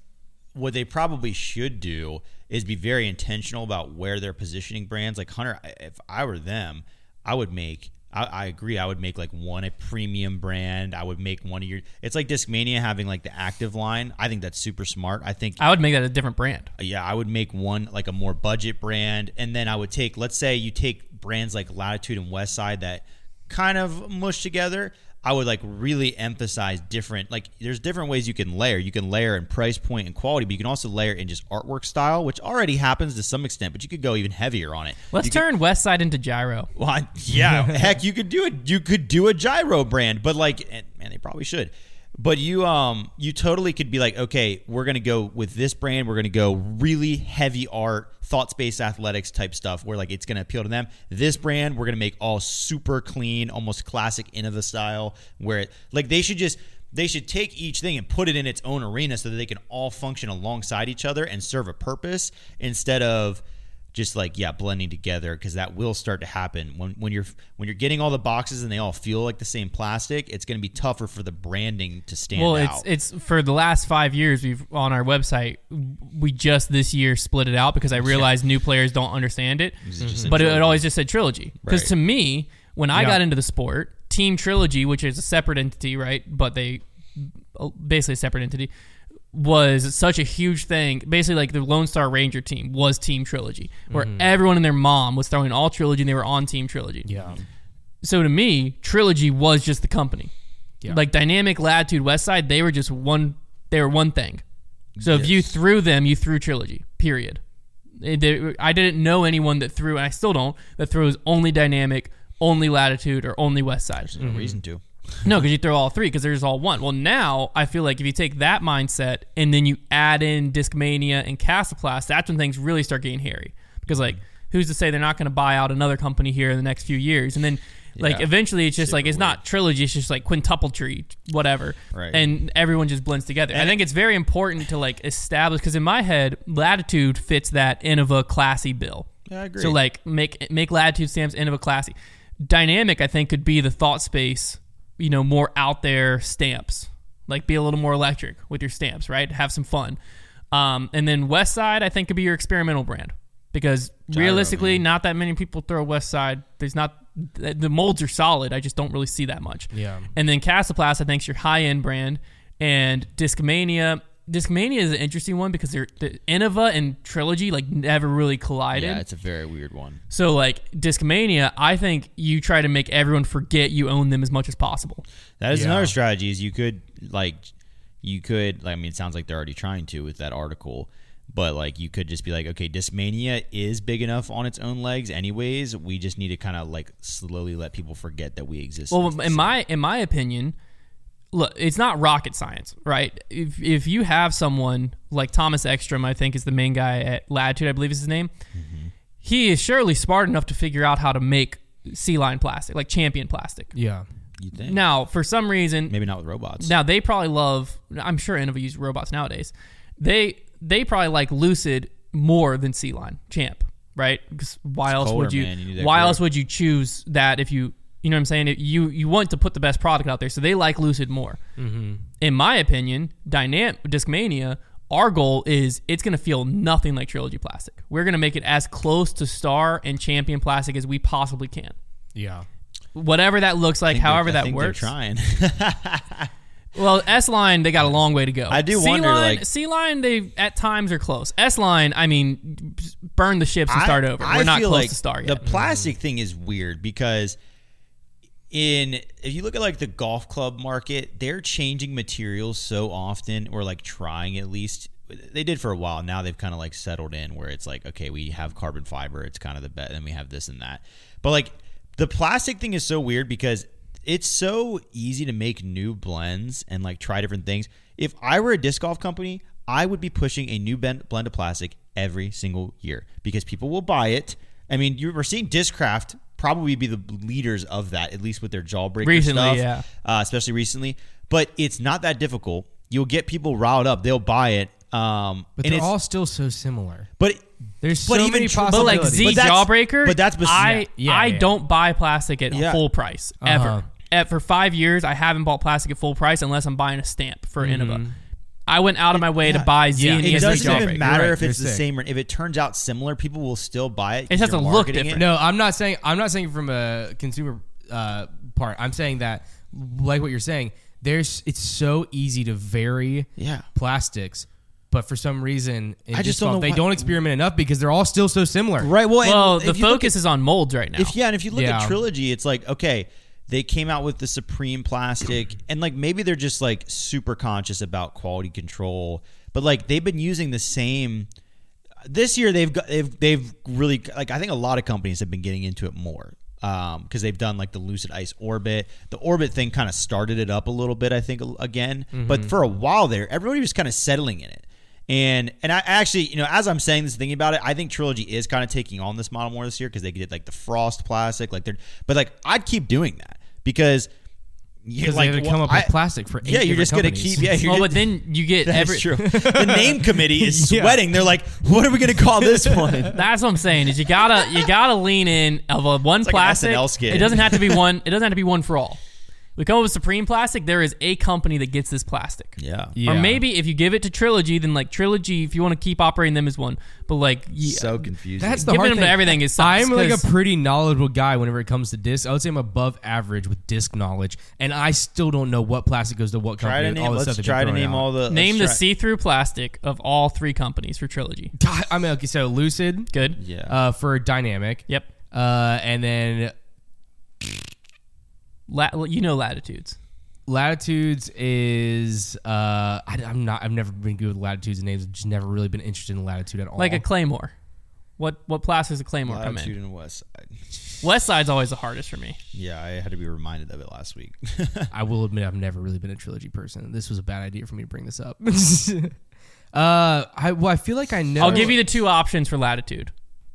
Speaker 3: what they probably should do is be very intentional about where they're positioning brands. Like Hunter, I- if I were them, I would make. I, I agree. I would make like one a premium brand. I would make one of your. It's like Discmania having like the active line. I think that's super smart. I think
Speaker 1: I would make that a different brand.
Speaker 3: yeah, I would make one like a more budget brand, and then I would take, let's say, you take brands like Latitude and Westside that kind of mush together. I would like really emphasize different, like there's different ways you can layer. You can layer in price point and quality, but you can also layer in just artwork style, which already happens to some extent. But you could go even heavier on it.
Speaker 1: Let's
Speaker 3: You could-
Speaker 1: turn West Side into Gyro.
Speaker 3: well, I- yeah, heck, you could do it. You could do a gyro brand, but like, and, man, they probably should. But you, um, you totally could be like, okay, we're gonna go with this brand. We're gonna go really heavy art, thought space athletics type stuff, where like it's gonna appeal to them. This brand, we're gonna make all super clean, almost classic Innova style, where it like they should just. They should take each thing and put it in its own arena so that they can all function alongside each other and serve a purpose instead of just like yeah blending together because that will start to happen when when you're when you're getting all the boxes and they all feel like the same plastic it's going to be tougher for the branding to stand
Speaker 1: Well,
Speaker 3: out
Speaker 1: it's it's for the last five years we've on our website. We just this year split it out because I realized new players don't understand it.
Speaker 3: just
Speaker 1: But it,
Speaker 3: a
Speaker 1: it always just said trilogy because
Speaker 3: Right.
Speaker 1: to me, when I
Speaker 2: Yeah.
Speaker 1: got into the sport, Team Trilogy, which is a separate entity, right? But they uh, basically a separate entity was such a huge thing. Basically, like the Lone Star Ranger team was Team Trilogy, where everyone and their mom was throwing all trilogy, and they were on Team Trilogy
Speaker 2: Yeah.
Speaker 1: so to me, Trilogy was just the company.
Speaker 2: Yeah.
Speaker 1: Like Dynamic, Latitude, Westside, they were just one. They were one thing. So if you threw them, you threw Trilogy. Period. It- they- I didn't know anyone that threw, and I still don't, that throws only Dynamic, only Latitude, or only Westside.
Speaker 3: no reason to
Speaker 1: No, because you throw all three because there's all one. Well, now I feel like if you take that mindset and then you add in Discmania and Castoplast, that's when things really start getting hairy. Because like, who's to say they're not going to buy out another company here in the next few years? And then like
Speaker 3: Yeah.
Speaker 1: eventually it's just like it's not trilogy, it's just like quintuple tree, whatever.
Speaker 3: Right.
Speaker 1: And everyone just blends together. I think it's very important to like establish because in my head, latitude fits that Innova classy bill.
Speaker 3: Yeah, I agree.
Speaker 1: So like make make latitude stamps into a classy. Dynamic, I think, could be the thought space, you know, more out there stamps like be a little more electric with your stamps, right? Have some fun. Um, and then West Side, I think, could be your experimental brand because
Speaker 3: Gyro,
Speaker 1: realistically,
Speaker 3: man.
Speaker 1: not that many people throw West Side. There's not the the molds are solid. I just don't really see that much.
Speaker 2: Yeah.
Speaker 1: And then Casaplast, I think, is your high end brand, and Discmania. Discmania is an interesting one because they're the Innova and Trilogy like never really collided.
Speaker 3: Yeah, it's a very weird one.
Speaker 1: So like Discmania, I think you try to make everyone forget you own them as much as possible.
Speaker 3: That is
Speaker 2: Yeah.
Speaker 3: another strategy. Is you could like, you could. Like, I mean, it sounds like they're already trying to with that article, but like, you could just be like, okay, Discmania is big enough on its own legs, anyways. We just need to kind of like slowly let people forget that we exist.
Speaker 1: Well, in my in my opinion, look, it's not rocket science, right? If if you have someone like Thomas Ekstrom, I think is the main guy at Latitude, I believe is his name. He is surely smart enough to figure out how to make sea line plastic, like champion plastic.
Speaker 2: Yeah.
Speaker 3: you think
Speaker 1: Now, for some reason,
Speaker 3: maybe not with robots.
Speaker 1: Now they probably love. I'm sure Innova use robots nowadays. They they probably like Lucid more than Sea Line Champ, right? 'Cause why else
Speaker 3: colder,
Speaker 1: would you?
Speaker 3: man. You need that
Speaker 1: why
Speaker 3: grip.
Speaker 1: else would you choose that if you you know what I'm saying? If you you want to put the best product out there, so they like Lucid more.
Speaker 3: Mm-hmm.
Speaker 1: In my opinion, Dynamic Discmania. Our goal is it's going to feel nothing like Trilogy plastic. We're going to make it as close to Star and Champion plastic as we possibly can.
Speaker 2: Yeah.
Speaker 1: Whatever that looks like,
Speaker 3: I think they're-
Speaker 1: however
Speaker 3: I
Speaker 1: that
Speaker 3: think
Speaker 1: works.
Speaker 3: They're trying.
Speaker 1: Well, S line they got a long way to go.
Speaker 3: I do wonder,
Speaker 1: line,
Speaker 3: like-
Speaker 1: C line they at times are close. S line, I mean, burn the ships and start over. We're not
Speaker 3: feel
Speaker 1: close
Speaker 3: like
Speaker 1: to star
Speaker 3: The
Speaker 1: yet.
Speaker 3: plastic thing is weird because in if you look at like the golf club market, they're changing materials so often, or like trying at least. They did for a while. Now they've kind of like settled in where it's like, okay, we have carbon fiber. It's kind of the best, and we have this and that. But like the plastic thing is so weird because it's so easy to make new blends and like try different things. If I were a disc golf company, I would be pushing a new ben- blend of plastic every single year because people will buy it. I mean, you were seeing Discraft probably be the leaders of that, at least with their jawbreaker
Speaker 1: Recently,
Speaker 3: stuff,
Speaker 1: yeah.
Speaker 3: uh, especially recently. But it's not that difficult. You'll get people riled up; they'll buy it. Um,
Speaker 2: But
Speaker 3: and
Speaker 2: they're
Speaker 3: it's-
Speaker 2: all still so similar.
Speaker 3: but
Speaker 2: There's
Speaker 3: But
Speaker 2: so
Speaker 3: even
Speaker 2: many
Speaker 3: tr-
Speaker 2: possibilities.
Speaker 1: but like Z
Speaker 3: But that's-
Speaker 1: Jawbreaker,
Speaker 3: but that's bes-
Speaker 1: I
Speaker 2: yeah,
Speaker 1: I
Speaker 2: yeah.
Speaker 1: don't buy plastic at
Speaker 3: Yeah.
Speaker 1: full price ever.
Speaker 2: Uh-huh.
Speaker 1: At, for five years, I haven't bought plastic at full price unless I'm buying a stamp for Innova. I went out of my way to
Speaker 3: Mm-hmm. yeah.
Speaker 1: buy Z
Speaker 2: Yeah.
Speaker 1: and
Speaker 2: It
Speaker 3: it
Speaker 1: ESC
Speaker 3: doesn't
Speaker 1: Jawbreaker.
Speaker 3: even matter
Speaker 2: You're
Speaker 3: if
Speaker 2: right.
Speaker 3: it's
Speaker 2: You're
Speaker 3: the
Speaker 2: sick.
Speaker 3: same. or- If it turns out similar, people will still buy it.
Speaker 1: It has
Speaker 3: because
Speaker 1: to
Speaker 3: you're
Speaker 1: look
Speaker 3: marketing
Speaker 1: different.
Speaker 2: No, I'm not saying I'm not saying from a consumer uh, part. I'm saying that like what you're saying, there's it's so easy to vary
Speaker 3: Yeah.
Speaker 2: plastics, but for some reason in
Speaker 3: I just
Speaker 2: disc golf,
Speaker 3: don't know
Speaker 2: they
Speaker 3: why-
Speaker 2: don't experiment enough because they're all still so similar.
Speaker 3: Right. Well, and
Speaker 1: Well,
Speaker 3: if
Speaker 1: the
Speaker 3: you look
Speaker 1: focus is on molds right now.
Speaker 3: If yeah, and if you look
Speaker 2: Yeah.
Speaker 3: at trilogy, it's like okay, they came out with the supreme plastic, and like maybe they're just like super conscious about quality control, but like they've been using the same. This year they've got they've they've really like I think a lot of companies have been getting into it more because they've done like the Lucid Ice Orbit. The Orbit thing kind of started it up a little bit, I think, a- again. But
Speaker 2: Mm-hmm.
Speaker 3: for a while there, everybody was kind of settling in it. And and I actually, you know, as I'm saying this, thinking about it, I think Trilogy is kind of taking on this model more this year because they did like the frost plastic, like they're. But like, I'd keep doing that because you
Speaker 2: Because they have to come up with plastic for eight
Speaker 3: Yeah, you're
Speaker 2: different
Speaker 3: just gonna
Speaker 2: companies. Oh,
Speaker 3: keep. Yeah, you're
Speaker 1: well,
Speaker 3: just-
Speaker 1: but then you get
Speaker 3: that's
Speaker 1: every.
Speaker 3: true. The name committee is
Speaker 2: Yeah.
Speaker 3: sweating. They're like, what are we gonna call this one?
Speaker 1: That's what I'm saying. Is you gotta you gotta lean in of a one
Speaker 3: like an
Speaker 1: plastic.
Speaker 3: SNL skit.
Speaker 1: It doesn't have to be one. It doesn't have to be one for all. We come up with Supreme Plastic. There is a company that gets this plastic.
Speaker 3: yeah.
Speaker 2: Yeah.
Speaker 1: Or maybe if you give it to Trilogy, then like Trilogy, if you want to keep operating them as one, but like yeah,
Speaker 3: So confusing.
Speaker 2: That's the
Speaker 1: Giving
Speaker 2: hard
Speaker 1: them to
Speaker 2: thing.
Speaker 1: everything is sucks,
Speaker 2: I'm like a
Speaker 1: 'cause-
Speaker 2: pretty knowledgeable guy whenever it comes to disc. I would say I'm above average with disc knowledge, and I still don't know what plastic goes to what
Speaker 3: try
Speaker 2: company.
Speaker 3: to
Speaker 2: and
Speaker 3: name.
Speaker 2: all this
Speaker 3: Let's
Speaker 2: stuff
Speaker 3: try to name all the.
Speaker 1: name the
Speaker 3: let's try-
Speaker 1: see-through plastic of all three companies for Trilogy.
Speaker 2: the. I mean, okay, so Lucid,
Speaker 1: Good.
Speaker 3: Yeah.
Speaker 2: uh, for dynamic.
Speaker 1: Yep.
Speaker 2: Uh, and then
Speaker 1: La- you know latitudes.
Speaker 2: latitudes is uh, I, am not. I've never been good with latitudes and names. I've just never really been interested in latitude at all.
Speaker 1: Like a claymore. What what plastic is a claymore come
Speaker 3: Latitude
Speaker 1: in?
Speaker 3: and West. Side.
Speaker 1: West side's always the hardest for me.
Speaker 3: Yeah, I had to be reminded of it last week.
Speaker 2: I will admit I've never really been a trilogy person. This was a bad idea for me to bring this up. uh, I well, I feel like I know.
Speaker 1: I'll give you the two options for latitude.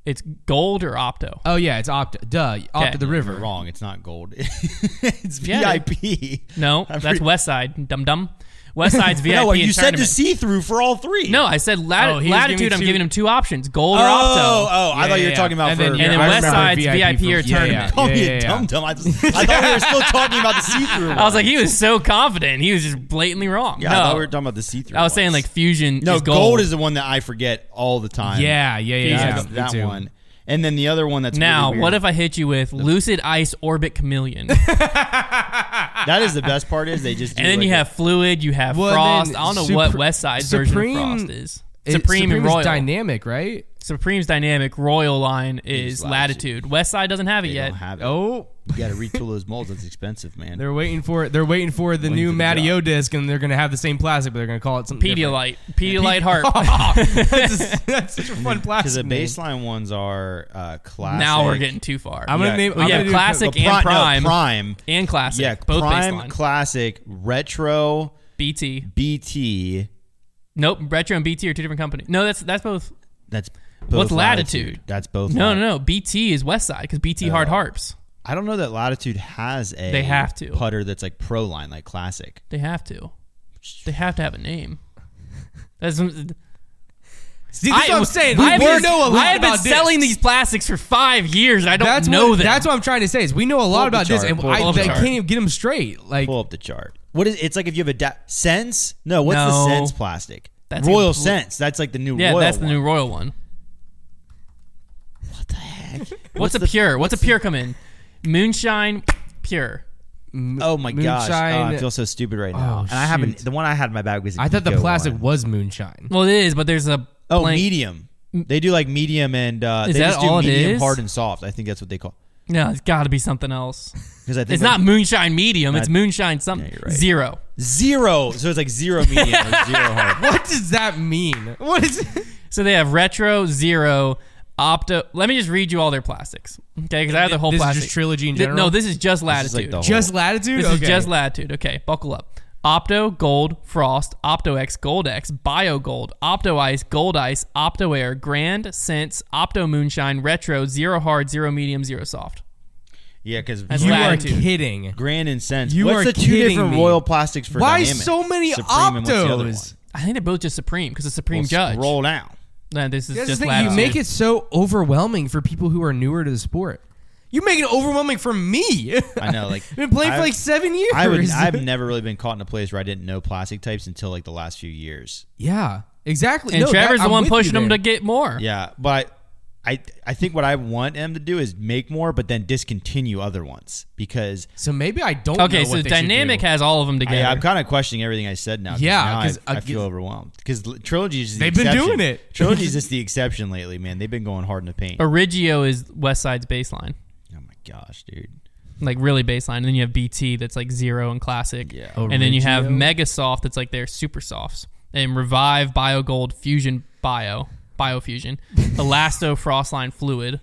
Speaker 1: It's gold or opto.
Speaker 2: Oh yeah, it's Opta. Duh, Opta
Speaker 1: Okay.
Speaker 2: the
Speaker 3: You're
Speaker 2: river.
Speaker 3: wrong. It's not gold. it's
Speaker 1: Yeah.
Speaker 3: VIP.
Speaker 1: No,
Speaker 3: I'm
Speaker 1: that's
Speaker 3: pretty-
Speaker 1: West Side. Dum dum. West Side's VIP.
Speaker 3: no, you
Speaker 1: and
Speaker 3: said to
Speaker 1: tournament.
Speaker 3: see through for all three.
Speaker 1: No, I said
Speaker 2: Oh,
Speaker 1: lat-
Speaker 2: he was
Speaker 1: latitude.
Speaker 2: giving
Speaker 1: I'm
Speaker 2: two-
Speaker 1: giving him two options: gold
Speaker 3: Oh,
Speaker 1: or
Speaker 3: oh,
Speaker 1: opto.
Speaker 3: I thought you were talking about
Speaker 2: and
Speaker 3: for.
Speaker 2: then, yeah,
Speaker 1: And then
Speaker 2: I
Speaker 1: West
Speaker 2: remember
Speaker 1: Side's VIP or
Speaker 2: for- yeah,
Speaker 1: tournament.
Speaker 2: yeah,
Speaker 3: Call me
Speaker 2: yeah,
Speaker 3: a
Speaker 2: yeah.
Speaker 3: dum dum. I, just- I thought we were still talking about the see through.
Speaker 1: I was like, he was so confident. He was just blatantly wrong.
Speaker 3: yeah,
Speaker 1: no,
Speaker 3: I thought we were talking about the see through.
Speaker 1: I was saying like fusion.
Speaker 3: no,
Speaker 1: is
Speaker 3: gold.
Speaker 1: gold.
Speaker 3: is the one that I forget all the time.
Speaker 2: yeah, yeah, yeah.
Speaker 3: That's
Speaker 2: yeah, me
Speaker 3: that
Speaker 2: too.
Speaker 3: one. And then the other one that's
Speaker 1: Now,
Speaker 3: really
Speaker 1: what
Speaker 3: weird.
Speaker 1: if I hit you with Lucid Ice Orbit Chameleon?
Speaker 3: that is the best part is they just do
Speaker 1: and then
Speaker 3: like
Speaker 1: you
Speaker 3: a-
Speaker 1: have Fluid, you have
Speaker 2: Well, then
Speaker 1: Frost. I don't know what
Speaker 2: Supre-
Speaker 1: West Side's version
Speaker 2: Supreme-
Speaker 1: of Frost is.
Speaker 2: It-
Speaker 1: Supreme, and Royal.
Speaker 2: is dynamic, right?
Speaker 1: Supreme's dynamic Royal line is,
Speaker 3: Is
Speaker 1: Latitude. West Side doesn't have it
Speaker 3: they
Speaker 1: yet.
Speaker 3: don't have it.
Speaker 2: Oh,
Speaker 3: You got to retool those molds. That's expensive, man.
Speaker 2: they're waiting for they're waiting for the new
Speaker 3: for the
Speaker 2: Matty
Speaker 3: job.
Speaker 2: O disc, and they're gonna have the same plastic, but they're gonna call it something. different.
Speaker 1: Pedialyte, Pedialyte Heart.
Speaker 2: that's, that's such a fun
Speaker 3: Because the
Speaker 2: plastic. name.
Speaker 3: baseline ones are uh, classic.
Speaker 1: now we're getting too far.
Speaker 2: I'm gonna
Speaker 3: Yeah.
Speaker 2: name.
Speaker 3: We
Speaker 1: have
Speaker 2: I'm gonna do a-
Speaker 1: classic
Speaker 3: Well,
Speaker 1: and
Speaker 3: no,
Speaker 1: prime.
Speaker 3: prime.
Speaker 1: and classic,
Speaker 3: Yeah,
Speaker 1: both
Speaker 3: prime,
Speaker 1: baseline.
Speaker 3: classic, retro,
Speaker 1: BT.
Speaker 3: BT.
Speaker 1: Nope, Retro and BT are two different companies. No, that's that's both.
Speaker 3: That's both
Speaker 1: What's
Speaker 3: latitude.
Speaker 1: Latitude?
Speaker 3: That's both.
Speaker 1: No,
Speaker 3: Lat-
Speaker 1: no, no. BT is West Side because BT hard
Speaker 2: Oh.
Speaker 1: harps.
Speaker 3: I don't know that latitude has a.
Speaker 1: They have to.
Speaker 3: putter that's like pro line, like classic.
Speaker 1: They have to. They have to have a name. That's.
Speaker 2: See, that's what I'm saying. We
Speaker 1: I have
Speaker 2: we
Speaker 1: been,
Speaker 2: know a lot
Speaker 1: I have been
Speaker 2: about discs.
Speaker 1: selling these plastics for five years. I don't
Speaker 2: That's
Speaker 1: know
Speaker 2: what,
Speaker 1: them.
Speaker 2: That's what I'm trying to say is we know a lot
Speaker 3: up the
Speaker 2: about this,
Speaker 3: chart,
Speaker 2: and
Speaker 3: pull up
Speaker 2: I,
Speaker 1: the
Speaker 2: I
Speaker 1: chart.
Speaker 2: can't even get them straight. Like
Speaker 3: Pull up the chart. What is? It's like if you have a da- sense. No, what's
Speaker 1: No.
Speaker 3: the sense plastic?
Speaker 1: That's
Speaker 3: royal
Speaker 1: complete-
Speaker 3: sense. That's like the new
Speaker 1: yeah,
Speaker 3: royal.
Speaker 1: that's the
Speaker 3: one.
Speaker 1: new royal one.
Speaker 3: What the heck?
Speaker 1: What's, a pure? What's, a pure come in? Moonshine, pure.
Speaker 3: Oh my gosh! Oh, I
Speaker 2: Moonshine-
Speaker 3: feel so stupid right now.
Speaker 2: Oh,
Speaker 3: and I haven't.
Speaker 2: shoot.
Speaker 3: The one I had in my bag was. I
Speaker 2: I thought the plastic was moonshine.
Speaker 1: Well, it is, but there's a
Speaker 3: Oh,
Speaker 1: blank-
Speaker 3: medium. They do like medium and uh,
Speaker 1: Is
Speaker 3: they
Speaker 1: that
Speaker 3: just do
Speaker 1: all it
Speaker 3: medium,
Speaker 1: is?
Speaker 3: hard, and soft. I think that's what they call.
Speaker 1: No, it's got to be something else.
Speaker 3: Because I think
Speaker 1: It's not moonshine medium. It's
Speaker 3: Not-
Speaker 1: moonshine something
Speaker 3: Yeah, you're right.
Speaker 1: zero.
Speaker 3: zero. So it's like zero medium or zero hard.
Speaker 2: What does that mean? What is?
Speaker 1: So they have retro zero opto. Let me just read you all their plastics, okay? Because I have the whole
Speaker 2: This is just
Speaker 1: plastic
Speaker 2: trilogy in
Speaker 1: Th-
Speaker 2: general?
Speaker 1: No, this is just latitude.
Speaker 3: is like the
Speaker 2: Just latitude.
Speaker 1: This
Speaker 2: Okay.
Speaker 1: is just latitude. Okay, buckle up. Opto, Gold, Frost, Opto X, Gold X, Bio Gold, Opto Ice, Gold Ice, Opto Air, Grand, Sense, Opto Moonshine, Retro, Zero Hard, Zero Medium, Zero Soft.
Speaker 3: Yeah, because
Speaker 1: That's
Speaker 2: You
Speaker 3: you
Speaker 2: are
Speaker 1: latitude.
Speaker 2: kidding.
Speaker 3: grand and sense.
Speaker 2: You
Speaker 3: what's
Speaker 2: are
Speaker 3: the two
Speaker 2: kidding
Speaker 3: different
Speaker 2: me.
Speaker 3: royal plastics for
Speaker 2: Why
Speaker 3: dynamic?
Speaker 2: so many
Speaker 3: Supreme and what's the other
Speaker 2: optos?
Speaker 3: one?
Speaker 1: I think they're both just Supreme because the Supreme
Speaker 3: Well,
Speaker 1: judge.
Speaker 3: Scroll down.
Speaker 1: No, this is
Speaker 2: That's the
Speaker 1: just
Speaker 2: thing.
Speaker 1: latitude.
Speaker 2: You make it so overwhelming for people who are newer to the sport. You make it overwhelming for me.
Speaker 3: I know, like
Speaker 2: I've been playing
Speaker 3: I-
Speaker 2: for like seven years.
Speaker 3: I would. I've never really been caught in a place where I didn't know plastic types until like the last few years.
Speaker 2: yeah, exactly.
Speaker 1: And
Speaker 2: No, that-
Speaker 1: Trevor's the
Speaker 2: I'm
Speaker 1: one
Speaker 2: with you
Speaker 1: pushing them
Speaker 2: there.
Speaker 1: to get more.
Speaker 3: Yeah, but I I think what I want them to do is make more, but then discontinue other ones because
Speaker 2: So maybe I don't.
Speaker 1: Okay,
Speaker 2: know
Speaker 1: so
Speaker 2: what they should
Speaker 1: dynamic
Speaker 2: do.
Speaker 1: has all of them together.
Speaker 3: I, I'm kind of questioning everything I said now.
Speaker 2: Yeah,
Speaker 3: now
Speaker 2: 'cause
Speaker 3: I, I
Speaker 2: I
Speaker 3: feel
Speaker 2: guess-
Speaker 3: overwhelmed because trilogy is just the
Speaker 2: They've been
Speaker 3: exception.
Speaker 2: doing it.
Speaker 3: Trilogy is just the exception lately, man. They've been going hard in the paint. Oh
Speaker 1: Origio is West Side's baseline,
Speaker 3: my gosh, dude.
Speaker 1: like really baseline. And then you have BT that's like zero and classic.
Speaker 3: Yeah.
Speaker 1: And then you have
Speaker 2: Origio.
Speaker 1: Mega Soft that's like their super softs. And Revive, Bio Gold, Fusion, Bio, Biofusion, Elasto, Frostline, Fluid,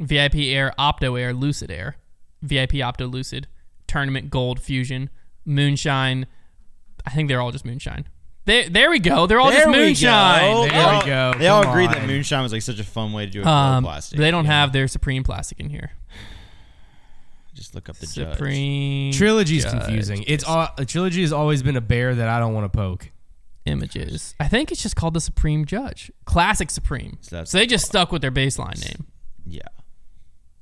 Speaker 1: VIP Air, Opto Air, Lucid Air, VIP Opto Lucid, Tournament Gold, Fusion, Moonshine. I think they're all just Moonshine. There, there we go. They're all
Speaker 3: There
Speaker 1: just
Speaker 3: we
Speaker 1: Moonshine.
Speaker 3: go.
Speaker 2: Oh, There
Speaker 3: They all-
Speaker 2: we go.
Speaker 3: They all
Speaker 2: Come
Speaker 3: agreed that
Speaker 2: on.
Speaker 3: moonshine was like such a fun way to do a
Speaker 1: Um,
Speaker 3: roll plastic.
Speaker 1: they don't have their Supreme plastic in here.
Speaker 3: just look up the judge.
Speaker 1: Supreme
Speaker 2: Trilogy is
Speaker 1: Judge
Speaker 2: confusing. It's all, a trilogy has always been a bear that I don't want to poke.
Speaker 1: images. I think it's just called the Supreme Judge. Classic Supreme.
Speaker 3: So
Speaker 1: So,
Speaker 3: that's-
Speaker 1: they just stuck with their baseline name.
Speaker 3: Yeah,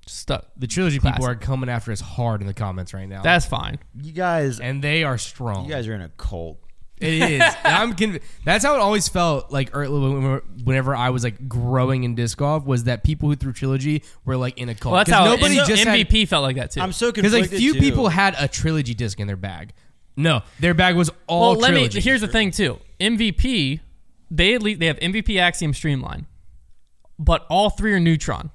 Speaker 1: Just stuck.
Speaker 2: The trilogy people
Speaker 1: Classic.
Speaker 2: are coming after us hard in the comments right now,
Speaker 1: That's fine.
Speaker 3: you guys,
Speaker 2: and they are strong.
Speaker 3: you guys are in a cult.
Speaker 2: It is. I'm conv- That's how it always felt like er- whenever- whenever I was like growing in disc golf was that people who threw trilogy were like in a cult.
Speaker 1: Well, that's
Speaker 2: 'Cause
Speaker 1: how
Speaker 2: nobody
Speaker 1: M-
Speaker 2: just
Speaker 1: MVP felt like that too.
Speaker 3: I'm so
Speaker 2: because
Speaker 3: confused.
Speaker 2: like few people had a trilogy disc in their bag. No, their bag was all
Speaker 1: well, let
Speaker 2: trilogy.
Speaker 1: me. Here's the thing too. MVP. They at least they have MVP Axiom Streamline, but all three are Neutron.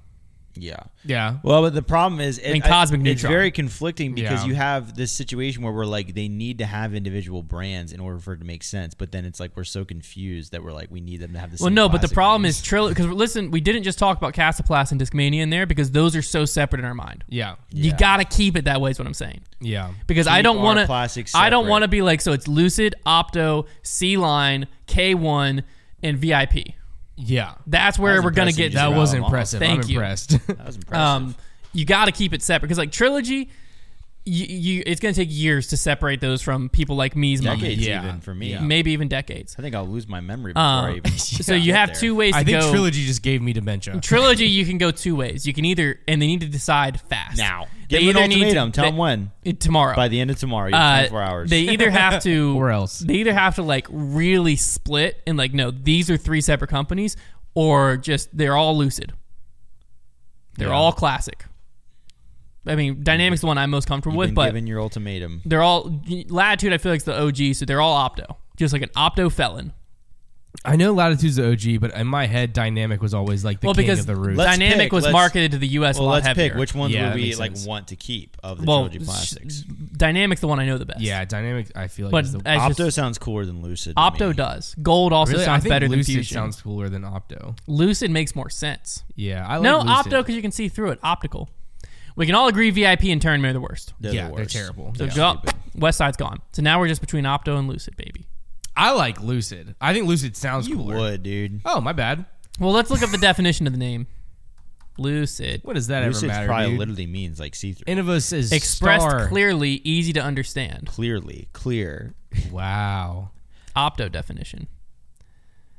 Speaker 3: yeah.
Speaker 2: yeah.
Speaker 3: Well, but the problem is, it,
Speaker 1: mean, cosmic
Speaker 3: it's
Speaker 1: neutron.
Speaker 3: very conflicting because
Speaker 2: Yeah.
Speaker 3: you have this situation where we're like, they need to have individual brands in order for it to make sense. But then it's like we're so confused that we're like, we need them to have the.
Speaker 1: Well,
Speaker 3: same
Speaker 1: no, but the
Speaker 3: plastic
Speaker 1: problem
Speaker 3: names.
Speaker 1: is Trill. Because listen, we didn't just talk about Castoplast and Discmania in there because those are so separate in our mind.
Speaker 2: Yeah.
Speaker 1: You gotta keep it that way. Is what I'm saying.
Speaker 2: Yeah.
Speaker 1: because I don't
Speaker 3: our
Speaker 1: want to.
Speaker 3: plastics
Speaker 1: I don't
Speaker 3: separate.
Speaker 1: want to be like so. It's Lucid, Opto, C Line, K One, and VIP.
Speaker 2: Yeah.
Speaker 1: That's where
Speaker 3: was
Speaker 1: we're gonna
Speaker 3: impressive
Speaker 1: get. um,
Speaker 3: just
Speaker 2: That
Speaker 3: Wow.
Speaker 2: was impressive.
Speaker 1: Thank
Speaker 2: I'm
Speaker 1: you.
Speaker 2: impressed.
Speaker 3: That was impressive.
Speaker 1: Um, you got to keep it separate because like trilogy, you, you it's going to take years to separate those from people like me's memory.
Speaker 3: Decades
Speaker 2: Yeah.
Speaker 3: even for me.
Speaker 2: Yeah.
Speaker 1: Maybe even decades.
Speaker 3: I think I'll lose my memory before I
Speaker 1: Um,
Speaker 3: even.
Speaker 1: so you have two ways to
Speaker 2: I think
Speaker 1: go.
Speaker 2: trilogy just gave me dementia.
Speaker 1: Trilogy, you can go two ways. You can either, and they need to decide fast.
Speaker 3: now.
Speaker 1: They
Speaker 3: Give them an
Speaker 1: either need to-
Speaker 3: ultimatum. Tell
Speaker 1: they-
Speaker 3: them when.
Speaker 1: tomorrow.
Speaker 3: By the end of tomorrow, you have
Speaker 1: Uh,
Speaker 3: 24 hours.
Speaker 1: They either have to,
Speaker 2: Or else.
Speaker 1: they either have to like really split and like, no, these are three separate companies, or just they're all lucid. They're
Speaker 2: Yeah.
Speaker 1: all classic. I mean, Dynamic's the one I'm most comfortable
Speaker 3: You've
Speaker 1: with,
Speaker 3: been
Speaker 1: but
Speaker 3: given your ultimatum.
Speaker 1: they're all Latitude. I feel like is the OG, so they're all opto, just like an opto felon.
Speaker 2: I know Latitude's the OG, but in my head, Dynamic was always like the
Speaker 1: well,
Speaker 2: king
Speaker 1: because
Speaker 2: of the roots.
Speaker 3: Let's
Speaker 1: Dynamic
Speaker 3: pick,
Speaker 1: was
Speaker 3: let's-
Speaker 1: marketed to the U.S. a
Speaker 3: Well,
Speaker 1: lot
Speaker 3: let's
Speaker 1: heavier.
Speaker 3: pick which ones
Speaker 2: Yeah,
Speaker 3: would
Speaker 2: that
Speaker 3: we
Speaker 2: makes
Speaker 3: like
Speaker 2: sense.
Speaker 3: want to keep of the
Speaker 1: well,
Speaker 3: trilogy
Speaker 1: sh-
Speaker 3: plastics.
Speaker 1: Dynamic's the one I know the best.
Speaker 2: yeah, Dynamic. I feel like
Speaker 1: but
Speaker 2: is the
Speaker 1: I
Speaker 3: Opto
Speaker 1: just,
Speaker 3: sounds cooler than Lucid. to
Speaker 1: opto
Speaker 3: me.
Speaker 1: does. Gold also
Speaker 2: really, I
Speaker 1: sounds
Speaker 2: think
Speaker 1: better
Speaker 2: Lucid
Speaker 1: than fusion.
Speaker 2: sounds cooler than Opto.
Speaker 1: Lucid makes more sense.
Speaker 2: Yeah, I like
Speaker 1: no
Speaker 2: Lucid.
Speaker 1: opto because you can see through it. Optical. We can all agree VIP and Tournament are the worst.
Speaker 3: They're
Speaker 2: yeah,
Speaker 3: the
Speaker 2: they're
Speaker 3: worst.
Speaker 2: terrible.
Speaker 1: So
Speaker 2: Yeah.
Speaker 1: go- West Side's gone. So now we're just between Opto and Lucid, baby.
Speaker 2: I like Lucid. I think Lucid sounds
Speaker 3: You
Speaker 2: cooler.
Speaker 3: would, dude.
Speaker 2: Oh, my bad.
Speaker 1: Well, let's look up the definition of the name. Lucid.
Speaker 2: What does that
Speaker 3: Lucid
Speaker 2: ever matter?
Speaker 3: probably
Speaker 2: Dude?
Speaker 3: literally means like see through.
Speaker 2: Innovus is
Speaker 1: Expressed
Speaker 2: star.
Speaker 1: clearly, easy to understand.
Speaker 3: Clearly, clear.
Speaker 2: Wow.
Speaker 1: Opto definition.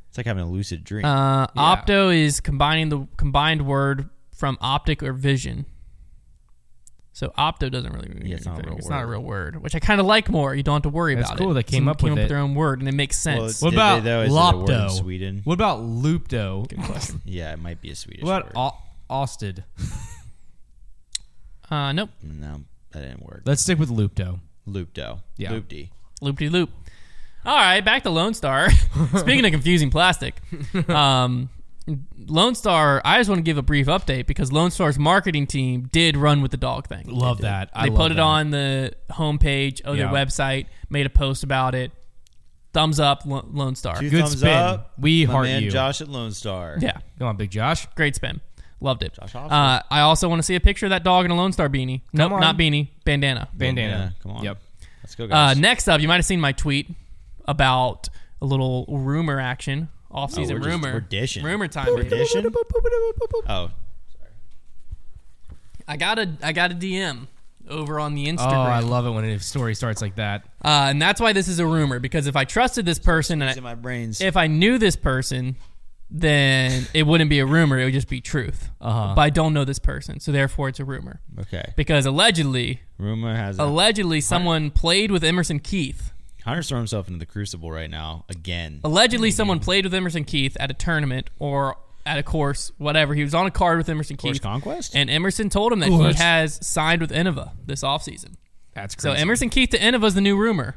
Speaker 3: It's like having a lucid dream.
Speaker 2: Um,
Speaker 1: Uh,
Speaker 2: Yeah.
Speaker 1: Opto is combining the combined word from optic or vision. So opto doesn't really mean
Speaker 3: Yeah, it's not a
Speaker 1: anything.
Speaker 3: real
Speaker 1: it's not a
Speaker 3: word.
Speaker 1: real word, which I kind of like more. You don't have to worry
Speaker 2: That's
Speaker 1: about it.
Speaker 2: cool they came
Speaker 1: Someone
Speaker 2: up with
Speaker 1: up
Speaker 2: it.
Speaker 1: with their own word, and it makes sense.
Speaker 3: Well, it's-
Speaker 2: What
Speaker 3: Did they,
Speaker 2: about
Speaker 3: though? Is it a word in
Speaker 2: Lopto?
Speaker 3: Sweden?
Speaker 2: What about Lupto?
Speaker 3: yeah, it might be a Swedish
Speaker 2: What
Speaker 3: word.
Speaker 2: about Au- Austed?
Speaker 1: uh, nope.
Speaker 3: no, that didn't work.
Speaker 2: Let's stick with Lupto.
Speaker 3: Loopdo.
Speaker 2: Yeah.
Speaker 3: Loopdy.
Speaker 1: Loop de loop. All right, back to Lone Star. Speaking of confusing plastic, um, Lone Star. I just want to give a brief update because Lone Star's marketing team did run with the dog thing.
Speaker 2: Love that. I
Speaker 1: they
Speaker 2: love
Speaker 1: put it
Speaker 2: that.
Speaker 1: on the homepage of
Speaker 2: Yeah.
Speaker 1: their website, made a post about it. Thumbs up, Lo- Lone Star.
Speaker 3: Two
Speaker 2: Good
Speaker 3: thumbs
Speaker 2: spin.
Speaker 3: up.
Speaker 2: We
Speaker 3: My
Speaker 2: heart
Speaker 3: man
Speaker 2: you.
Speaker 3: Josh at Lone Star.
Speaker 1: Yeah,
Speaker 2: Come on, Big Josh.
Speaker 1: great spin. Loved it.
Speaker 3: Josh Hoffman.
Speaker 1: Uh, I also want to see a picture of that dog in a Lone Star beanie. Nope,
Speaker 2: on.
Speaker 1: not beanie, bandana.
Speaker 2: Bandana.
Speaker 3: Yeah, come on.
Speaker 2: Yep.
Speaker 3: Let's go,
Speaker 1: Uh,
Speaker 3: guys.
Speaker 1: next up, you might have seen my tweet about a little rumor action, off-season
Speaker 3: Oh, we're just-
Speaker 1: rumor.
Speaker 3: we're dishing.
Speaker 1: Rumor time. baby.
Speaker 3: Edition? Oh,
Speaker 1: I got a I got a DM over on the Instagram.
Speaker 2: Oh, I love it when a story starts like that.
Speaker 1: uh, and that's why this is a rumor because if I trusted this person
Speaker 3: it's
Speaker 1: and
Speaker 3: in
Speaker 1: I,
Speaker 3: my brains.
Speaker 1: if I knew this person, then it wouldn't be a rumor. It would just be truth.
Speaker 2: Uh-huh.
Speaker 1: But I don't know this person, so therefore it's a rumor.
Speaker 3: okay.
Speaker 1: Because allegedly,
Speaker 3: Rumor has it.
Speaker 1: allegedly, someone played with Emerson Keith.
Speaker 3: Hunter's throwing himself into the crucible right now again.
Speaker 1: Allegedly, someone played with Emerson Keith at a tournament or at a course, whatever. He was on a card with Emerson
Speaker 3: Course
Speaker 1: Keith.
Speaker 3: conquest.
Speaker 1: And Emerson told him that
Speaker 2: Ooh,
Speaker 1: he
Speaker 2: that's-
Speaker 1: has signed with Innova this offseason.
Speaker 2: That's
Speaker 1: So
Speaker 2: crazy.
Speaker 1: Emerson Keith to Innova is the new rumor.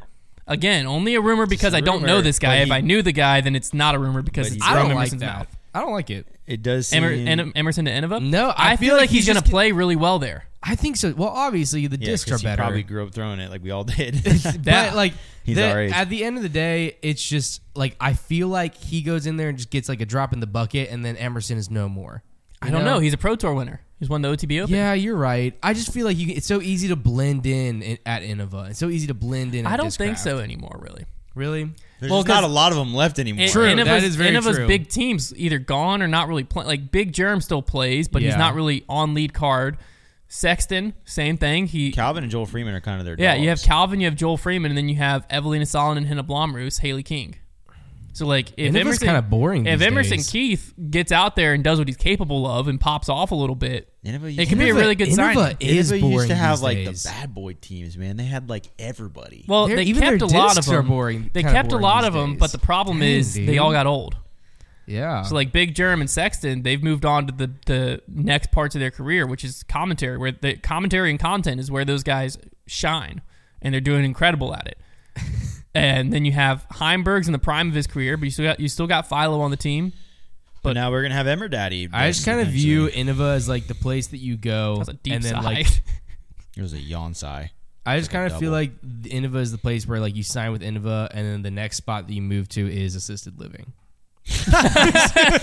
Speaker 1: Again, only a rumor because
Speaker 3: a
Speaker 1: I don't
Speaker 3: rumor,
Speaker 1: know this guy.
Speaker 3: but
Speaker 1: if
Speaker 3: he-
Speaker 1: I knew the guy, then it's not a rumor because
Speaker 3: but
Speaker 1: it's
Speaker 3: he-
Speaker 2: I
Speaker 1: from
Speaker 2: don't like
Speaker 1: Emerson's
Speaker 2: that.
Speaker 1: mouth.
Speaker 2: I don't like it.
Speaker 3: it does seem.
Speaker 1: Emer- En- Emerson to Innova?
Speaker 2: No,
Speaker 1: I, feel, like he's, going
Speaker 2: just
Speaker 1: to play really well there.
Speaker 2: I think so. Well, obviously the
Speaker 3: yeah,
Speaker 2: discs
Speaker 3: 'cause
Speaker 2: are better.
Speaker 3: He probably grew up throwing it like we all did.
Speaker 2: But like
Speaker 3: He's
Speaker 2: the-
Speaker 3: our age.
Speaker 2: at the end of the day, it's just like I feel like he goes in there and just gets like a drop in the bucket, and then Emerson is no more.
Speaker 1: I
Speaker 2: You
Speaker 1: don't know. He's a Pro Tour winner. He's won the OTB Open.
Speaker 2: yeah, you're right. I just feel like you, it's so easy to blend in in- at Innova. It's so easy to blend in. At
Speaker 1: I don't
Speaker 2: Discraft.
Speaker 1: think so anymore, really.
Speaker 2: Really?
Speaker 3: There's
Speaker 1: Well,
Speaker 3: just not a
Speaker 1: 'cause-
Speaker 3: lot of them left anymore.
Speaker 1: And-
Speaker 2: True.
Speaker 1: Innova's,
Speaker 2: that is very
Speaker 1: Innova's
Speaker 2: true.
Speaker 1: big teams either gone or not really playing. Like Big Germ still plays, but he's
Speaker 2: Yeah.
Speaker 1: not really on lead card. Sexton, same thing. He
Speaker 3: Calvin and Joel Freeman are kind of their.
Speaker 1: yeah. You have
Speaker 3: dogs.
Speaker 1: Calvin, you have Joel Freeman, and then you have Evelina Solon and Hannah Blomroos, Haley King. So like if
Speaker 2: Innova's
Speaker 1: Emerson
Speaker 2: kinda boring
Speaker 1: if
Speaker 2: these
Speaker 1: Emerson
Speaker 2: days.
Speaker 1: Keith gets out there and does what he's capable of and pops off a little bit,
Speaker 3: Innova
Speaker 1: it could be a
Speaker 2: Innova-
Speaker 1: really good sign.
Speaker 2: Innova is
Speaker 3: Innova
Speaker 2: boring
Speaker 3: used to have
Speaker 2: these
Speaker 3: like
Speaker 2: days.
Speaker 3: the bad boy teams, man. They had like everybody.
Speaker 1: Well,
Speaker 2: They're-
Speaker 1: they
Speaker 2: even
Speaker 1: kept a
Speaker 2: their
Speaker 1: lot of
Speaker 2: discs are
Speaker 1: them.
Speaker 2: boring-
Speaker 1: they
Speaker 2: kinda
Speaker 1: kept a
Speaker 2: boring
Speaker 1: lot
Speaker 2: these
Speaker 1: of them,
Speaker 2: days.
Speaker 1: but the problem
Speaker 2: Dang,
Speaker 1: is they
Speaker 2: dude.
Speaker 1: all got old.
Speaker 2: Yeah.
Speaker 1: So like Big Germ and Sexton, they've moved on to the the next parts of their career, which is commentary, where the commentary and content is where those guys shine, and they're doing incredible at it. and then you have Heimberg's in the prime of his career, but you still got you still got Philo on the team.
Speaker 3: but now we're gonna have Emmer Daddy.
Speaker 2: I just kind of view Innova as like the place that you go,
Speaker 1: That's a deep
Speaker 2: and then
Speaker 1: sigh.
Speaker 2: like
Speaker 3: It was a yawn sigh.
Speaker 2: I just kind
Speaker 3: a
Speaker 2: of feel
Speaker 3: double.
Speaker 2: like the Innova is the place where like you sign with Innova, and then the next spot that you move to is assisted living.
Speaker 3: I
Speaker 1: is
Speaker 3: don't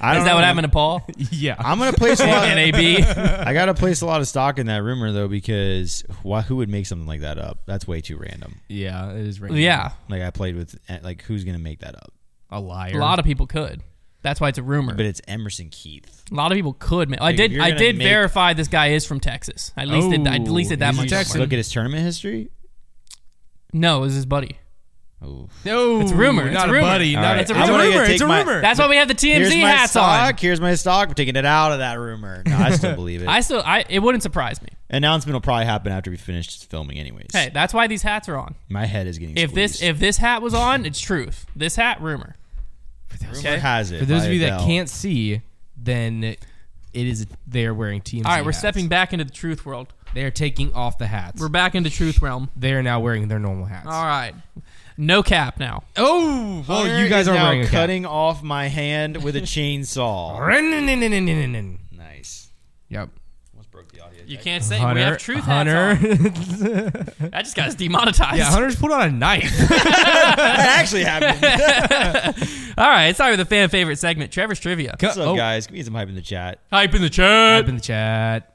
Speaker 1: that what
Speaker 3: know.
Speaker 1: happened to Paul
Speaker 2: yeah,
Speaker 3: I'm gonna place a lot.
Speaker 1: and AB?
Speaker 3: I gotta place a lot of stock in that rumor though, because why, who would make something like that up? That's way too random.
Speaker 2: yeah, it is. Random.
Speaker 1: yeah,
Speaker 3: eh, Like I played with, like who's gonna make that up?
Speaker 2: a liar.
Speaker 1: a lot of people could. That's why it's a rumor.
Speaker 3: But it's Emerson Keith.
Speaker 1: a lot of people could. ma- I
Speaker 3: if
Speaker 1: did.
Speaker 3: you're
Speaker 1: I
Speaker 3: gonna
Speaker 1: did
Speaker 3: make-
Speaker 1: verify this guy is from Texas. I at least did. I at least did that
Speaker 2: he's
Speaker 1: much.
Speaker 2: Texan.
Speaker 1: homework.
Speaker 3: Look at his tournament history.
Speaker 1: No, it was his buddy.
Speaker 3: Oh.
Speaker 2: No,
Speaker 1: It's a rumor. It's
Speaker 2: Not
Speaker 1: a rumor.
Speaker 2: buddy.
Speaker 1: All
Speaker 2: Not,
Speaker 1: right.
Speaker 2: It's a
Speaker 1: I'm
Speaker 2: it's a
Speaker 1: gonna
Speaker 2: rumor.
Speaker 3: take
Speaker 2: It's a
Speaker 3: my-
Speaker 2: rumor.
Speaker 1: That's why we have the
Speaker 3: Here's
Speaker 1: TMZ
Speaker 3: my
Speaker 1: hats
Speaker 3: stock.
Speaker 1: on.
Speaker 3: Here's my stock. We're taking it out of that rumor. No, I still believe it.
Speaker 1: I still. I. It wouldn't surprise me.
Speaker 3: Announcement will probably happen after we finish filming, anyways.
Speaker 1: Hey, that's why these hats are on.
Speaker 3: My head is getting
Speaker 1: If this
Speaker 3: squeezed.
Speaker 1: if this hat was on, it's truth. This hat, rumor.
Speaker 3: rumor
Speaker 1: okay.
Speaker 3: has it.
Speaker 2: For those
Speaker 3: by
Speaker 2: of you that
Speaker 3: Adele.
Speaker 2: can't see, then it is they are wearing TMZ.
Speaker 1: All right, we're
Speaker 2: hats.
Speaker 1: stepping back into the truth world.
Speaker 2: They are taking off the hats.
Speaker 1: We're back into truth realm.
Speaker 2: they are now wearing their normal hats.
Speaker 1: All right, no cap now.
Speaker 2: Oh, well,
Speaker 3: Hunter
Speaker 2: you guys
Speaker 3: is
Speaker 2: are
Speaker 3: now
Speaker 2: wearing a cap.
Speaker 3: cutting off my hand with a chainsaw. nice.
Speaker 2: Yep.
Speaker 3: Almost broke the audio.
Speaker 1: You can't say
Speaker 2: Hunter,
Speaker 1: we have truth
Speaker 2: Hunter.
Speaker 1: hats on. That just got us demonetized.
Speaker 2: yeah, Hunter's pulled out a knife.
Speaker 3: that actually happened.
Speaker 1: All right, it's time for the fan favorite segment, Trevor's trivia.
Speaker 3: What's up,
Speaker 2: Oh,
Speaker 3: guys? Give me some hype in the chat.
Speaker 1: Hype in the chat.
Speaker 2: Up in the chat.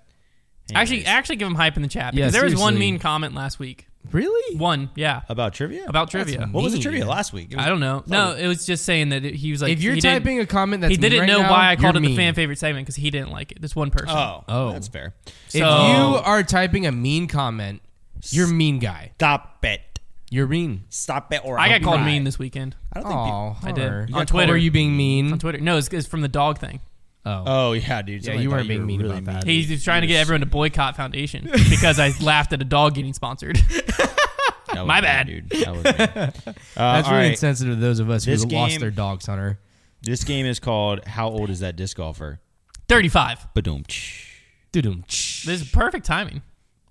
Speaker 1: Actually,
Speaker 3: Anyways.
Speaker 1: actually, give him hype in the chat
Speaker 2: Yeah,
Speaker 1: because there was one
Speaker 2: seriously.
Speaker 1: mean comment last week.
Speaker 2: Really?
Speaker 1: One, yeah,
Speaker 3: about trivia.
Speaker 1: about trivia.
Speaker 3: what was the
Speaker 2: mean.
Speaker 3: trivia last week? It was-
Speaker 1: I don't know. No, it was just saying that it, he was like,
Speaker 2: If you're
Speaker 1: he didn't-
Speaker 2: typing a comment that's
Speaker 1: he didn't
Speaker 2: mean right
Speaker 1: know
Speaker 2: now,
Speaker 1: why I called it
Speaker 2: you're
Speaker 1: the
Speaker 2: mean.
Speaker 1: fan favorite segment because he didn't like it. This one person.
Speaker 3: Oh,
Speaker 2: Oh.
Speaker 3: that's fair.
Speaker 2: If
Speaker 1: So-
Speaker 2: you are typing a mean comment, you're mean guy.
Speaker 3: Stop it.
Speaker 2: You're mean.
Speaker 3: Stop it. Or
Speaker 1: I
Speaker 3: I'll
Speaker 1: got
Speaker 3: be
Speaker 1: called
Speaker 3: right.
Speaker 1: mean this weekend
Speaker 3: I don't think. peop-
Speaker 2: Oh,
Speaker 1: I did. On
Speaker 2: on
Speaker 1: Twitter.
Speaker 2: Twitter. Were you being mean?
Speaker 1: on Twitter. No, it's, it's from the dog thing.
Speaker 2: Oh.
Speaker 3: Oh yeah, dude.
Speaker 2: Yeah,
Speaker 3: Somebody
Speaker 2: you
Speaker 3: thought
Speaker 2: weren't being
Speaker 3: were
Speaker 2: mean
Speaker 3: really
Speaker 2: about that.
Speaker 1: He's, he's trying to get everyone to boycott Foundation because I laughed at a dog getting sponsored.
Speaker 3: That was
Speaker 1: My bad.
Speaker 3: dude. That was bad. Uh,
Speaker 2: That's
Speaker 3: all
Speaker 2: really
Speaker 3: right.
Speaker 2: insensitive to those of us who
Speaker 3: This
Speaker 2: lost
Speaker 3: game-
Speaker 2: their dogs, Hunter.
Speaker 3: This game is called "How old is that disc golfer?"
Speaker 1: Thirty-five.
Speaker 3: Badoom.
Speaker 2: Doo-doom.
Speaker 1: This is perfect timing.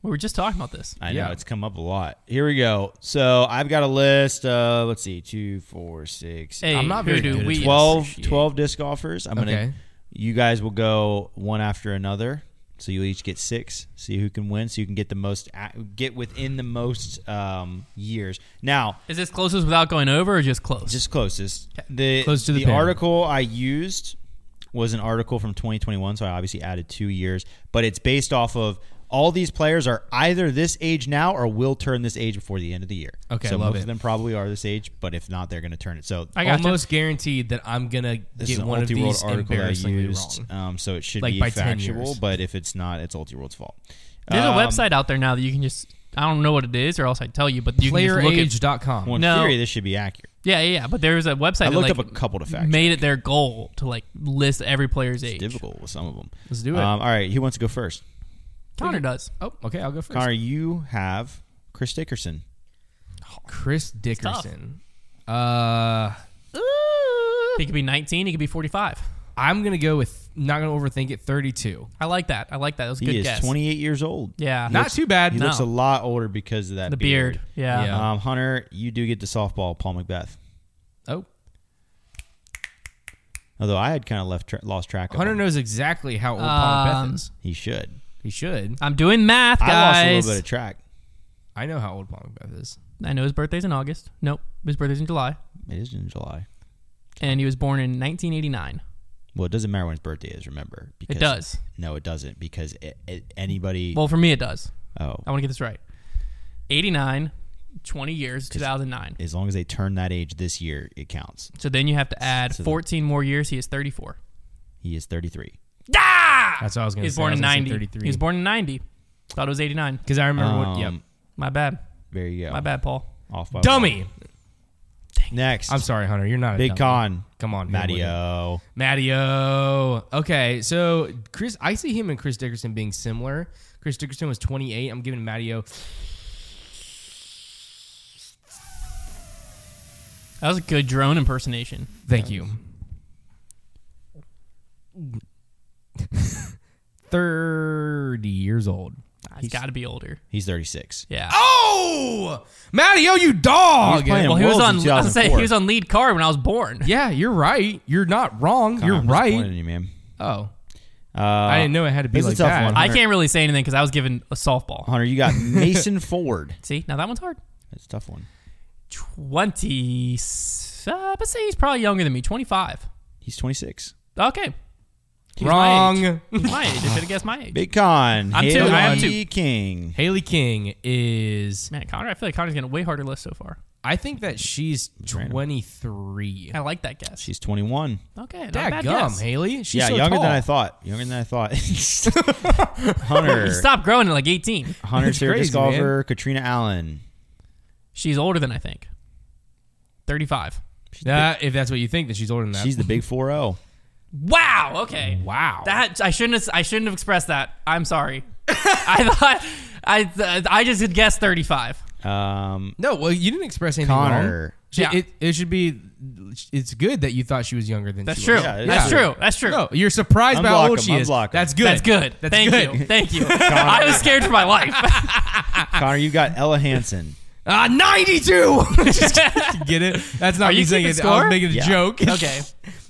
Speaker 1: We were just talking about this.
Speaker 3: I
Speaker 2: Yeah.
Speaker 3: know it's come up a lot. Here we go. So I've got a list of let's see, two, four, six,
Speaker 1: Hey,
Speaker 2: I'm not
Speaker 1: who
Speaker 2: very
Speaker 1: do
Speaker 2: good at
Speaker 1: we?
Speaker 2: this.
Speaker 3: 12,
Speaker 2: appreciate-
Speaker 3: 12 disc golfers. I'm
Speaker 2: Okay.
Speaker 3: gonna. You guys will go one after another. So you will each get six. See who can win. So you can get the most. a- Get within the most um, years. Now,
Speaker 1: Is this closest without going over or just close?
Speaker 3: just closest. The
Speaker 2: Close to the pin.
Speaker 3: article I used was an article from 2021, so I obviously added two years, but it's based off of all these players are either this age now or will turn this age before the end of the year.
Speaker 2: Okay,
Speaker 3: so
Speaker 2: love
Speaker 3: most
Speaker 2: it.
Speaker 3: of them probably are this age, but if not, they're going to turn it. So
Speaker 1: I gotcha.
Speaker 2: Almost guaranteed that I'm gonna
Speaker 3: this is
Speaker 2: get
Speaker 3: an
Speaker 2: one of
Speaker 3: Ulti World
Speaker 2: these
Speaker 3: article I
Speaker 2: embarrassingly
Speaker 3: used,
Speaker 2: wrong.
Speaker 3: um, so it should
Speaker 2: Like
Speaker 3: be
Speaker 2: by 10
Speaker 3: factual.
Speaker 2: years.
Speaker 3: But if it's not, it's Ulti World's fault.
Speaker 1: There's
Speaker 3: Um,
Speaker 1: a website out there now that you can just. I don't know what it is, or else I'd tell you. But you can just look at.
Speaker 2: Playerage.com.
Speaker 3: Well, in
Speaker 1: No.
Speaker 3: theory, this should be accurate.
Speaker 1: Yeah, yeah, yeah. But there was a website
Speaker 3: I
Speaker 1: that
Speaker 3: looked
Speaker 1: like
Speaker 3: up a couple to fact.
Speaker 1: made it their goal to like list every player's age.
Speaker 3: difficult with some of them.
Speaker 2: Let's do it.
Speaker 3: Um, all right, who wants to go first?
Speaker 1: Connor does.
Speaker 2: oh, okay. I'll go first.
Speaker 3: Connor, you have Chris Dickerson.
Speaker 2: Chris Dickerson. Uh,
Speaker 1: He could be 19. He could be 45.
Speaker 2: I'm gonna go with. Not gonna overthink it. 32.
Speaker 1: I like that. I like that. That was a
Speaker 3: He
Speaker 1: good
Speaker 3: is
Speaker 1: guess.
Speaker 3: 28 years old.
Speaker 1: Yeah.
Speaker 2: Not too bad.
Speaker 3: He
Speaker 1: No.
Speaker 3: looks a lot older because of that
Speaker 1: the beard.
Speaker 3: beard.
Speaker 1: Yeah.
Speaker 2: Yeah.
Speaker 3: Um, Hunter, you do get the softball, Paul Macbeth.
Speaker 2: Oh,
Speaker 3: Although I had kind of left tra- lost track of
Speaker 2: Hunter
Speaker 3: him.
Speaker 2: knows exactly how old Paul
Speaker 1: Um,
Speaker 2: Macbeth is.
Speaker 3: He should.
Speaker 2: He should.
Speaker 1: I'm doing math, guys.
Speaker 3: I lost a little bit of track.
Speaker 2: I know how old Paul Macbeth is.
Speaker 1: I know his birthday's in August. Nope. His birthday's in July.
Speaker 3: It is in July.
Speaker 1: And he was born in 1989.
Speaker 3: Well, it doesn't matter when his birthday is. Remember, because
Speaker 1: does.
Speaker 3: No, it doesn't because it, it, anybody.
Speaker 1: Well, for me, it does.
Speaker 3: oh,
Speaker 1: I want to get this right. 89, 20 years, 2009.
Speaker 3: as long as they turn that age this year, it counts.
Speaker 1: So then you have to add
Speaker 3: So the-
Speaker 1: 14 more years. He is 34.
Speaker 3: He is 33.
Speaker 1: Ah!
Speaker 2: That's what I was
Speaker 1: He
Speaker 2: gonna
Speaker 1: was
Speaker 2: say.
Speaker 1: born
Speaker 2: I was
Speaker 1: in
Speaker 2: gonna say
Speaker 1: 90.
Speaker 2: 33.
Speaker 1: He was born in 90. Thought it was 89.
Speaker 2: Because I remember. what,
Speaker 3: Um,
Speaker 2: yep.
Speaker 1: My bad.
Speaker 3: There you go.
Speaker 1: My bad, Paul.
Speaker 3: Off by one.
Speaker 2: Dummy.
Speaker 3: Next,
Speaker 2: I'm sorry, Hunter. You're not a
Speaker 3: Big
Speaker 2: dummy.
Speaker 3: Con.
Speaker 2: Come on, here with it.
Speaker 3: Matteo.
Speaker 2: Matteo. Okay, so Chris, I see him and Chris Dickerson being similar. Chris Dickerson was 28. I'm giving Matteo.
Speaker 1: That was a good drone impersonation.
Speaker 2: Thank you. Thirty years old.
Speaker 1: He's got to be older.
Speaker 3: He's 36.
Speaker 1: Yeah.
Speaker 2: Oh, Matteo, you dog.
Speaker 3: He's playing
Speaker 1: well, he was
Speaker 3: Worlds
Speaker 1: on.
Speaker 3: in
Speaker 1: I was gonna say,
Speaker 3: 2004.
Speaker 1: he was on lead car when I was born.
Speaker 2: yeah, you're right. You're not wrong. you're
Speaker 3: I'm disappointed
Speaker 2: right.
Speaker 3: in you, man.
Speaker 2: Oh,
Speaker 3: Uh,
Speaker 2: I didn't know it had to be
Speaker 3: this is a
Speaker 2: like
Speaker 3: tough
Speaker 2: that.
Speaker 3: one.
Speaker 1: I can't really say anything because I was given a softball.
Speaker 3: Hunter, you got Mason Ford.
Speaker 1: See, now that one's hard.
Speaker 3: That's a tough one.
Speaker 1: Twenty. Uh, but say he's probably younger than me. Twenty-five.
Speaker 3: He's 26.
Speaker 1: Okay. He's my age.
Speaker 2: wrong.
Speaker 1: He's my age. I should have guessed my age.
Speaker 3: Big Con.
Speaker 1: I'm two. I am
Speaker 3: Haley King.
Speaker 2: Haley King is.
Speaker 1: Man, Connor, I feel like Connor's getting a way harder list so far.
Speaker 2: I think that she's
Speaker 3: Random.
Speaker 2: 23.
Speaker 1: I like that guess.
Speaker 3: She's 21.
Speaker 1: okay, not a
Speaker 2: Dad
Speaker 1: bad
Speaker 2: gum,
Speaker 1: guess.
Speaker 2: Haley. She's
Speaker 3: yeah,
Speaker 2: so
Speaker 3: younger than
Speaker 2: tall.
Speaker 3: I thought. Younger than I thought. Hunter.
Speaker 1: You stopped growing at like 18.
Speaker 3: Hunter
Speaker 2: It's
Speaker 3: Sergis
Speaker 2: crazy,
Speaker 3: golfer, Katrina Allen.
Speaker 1: She's older than I think. 35.
Speaker 2: That- if that's what you think, that she's older than that.
Speaker 3: She's the big 4 0.
Speaker 1: Wow. Okay.
Speaker 2: wow.
Speaker 1: That I shouldn't have, I shouldn't have expressed that. I'm sorry. I thought I I just had guessed 35.
Speaker 3: Um,
Speaker 2: no, well, you didn't express anything
Speaker 3: Connor.
Speaker 2: wrong. She-
Speaker 1: Yeah.
Speaker 2: it, it should be. It's good that you thought she was younger than
Speaker 1: That's
Speaker 2: she
Speaker 1: true.
Speaker 2: was.
Speaker 3: Yeah, it
Speaker 1: That's
Speaker 3: is
Speaker 1: true. That's true.
Speaker 2: No, you're surprised by how
Speaker 3: Unblock
Speaker 2: old
Speaker 3: him,
Speaker 2: she is.
Speaker 3: unblock him.
Speaker 2: That's good.
Speaker 1: That's good.
Speaker 2: That's
Speaker 1: Thank
Speaker 2: good.
Speaker 1: you. Thank you. I was scared for my life.
Speaker 3: Connor, you got Ella Hansen.
Speaker 2: Ah, 92. Get it? That's not
Speaker 1: Are
Speaker 2: me
Speaker 1: you
Speaker 2: saying
Speaker 1: keeping
Speaker 2: it. I
Speaker 1: score?
Speaker 2: was making a
Speaker 3: Yeah.
Speaker 2: joke.
Speaker 1: okay.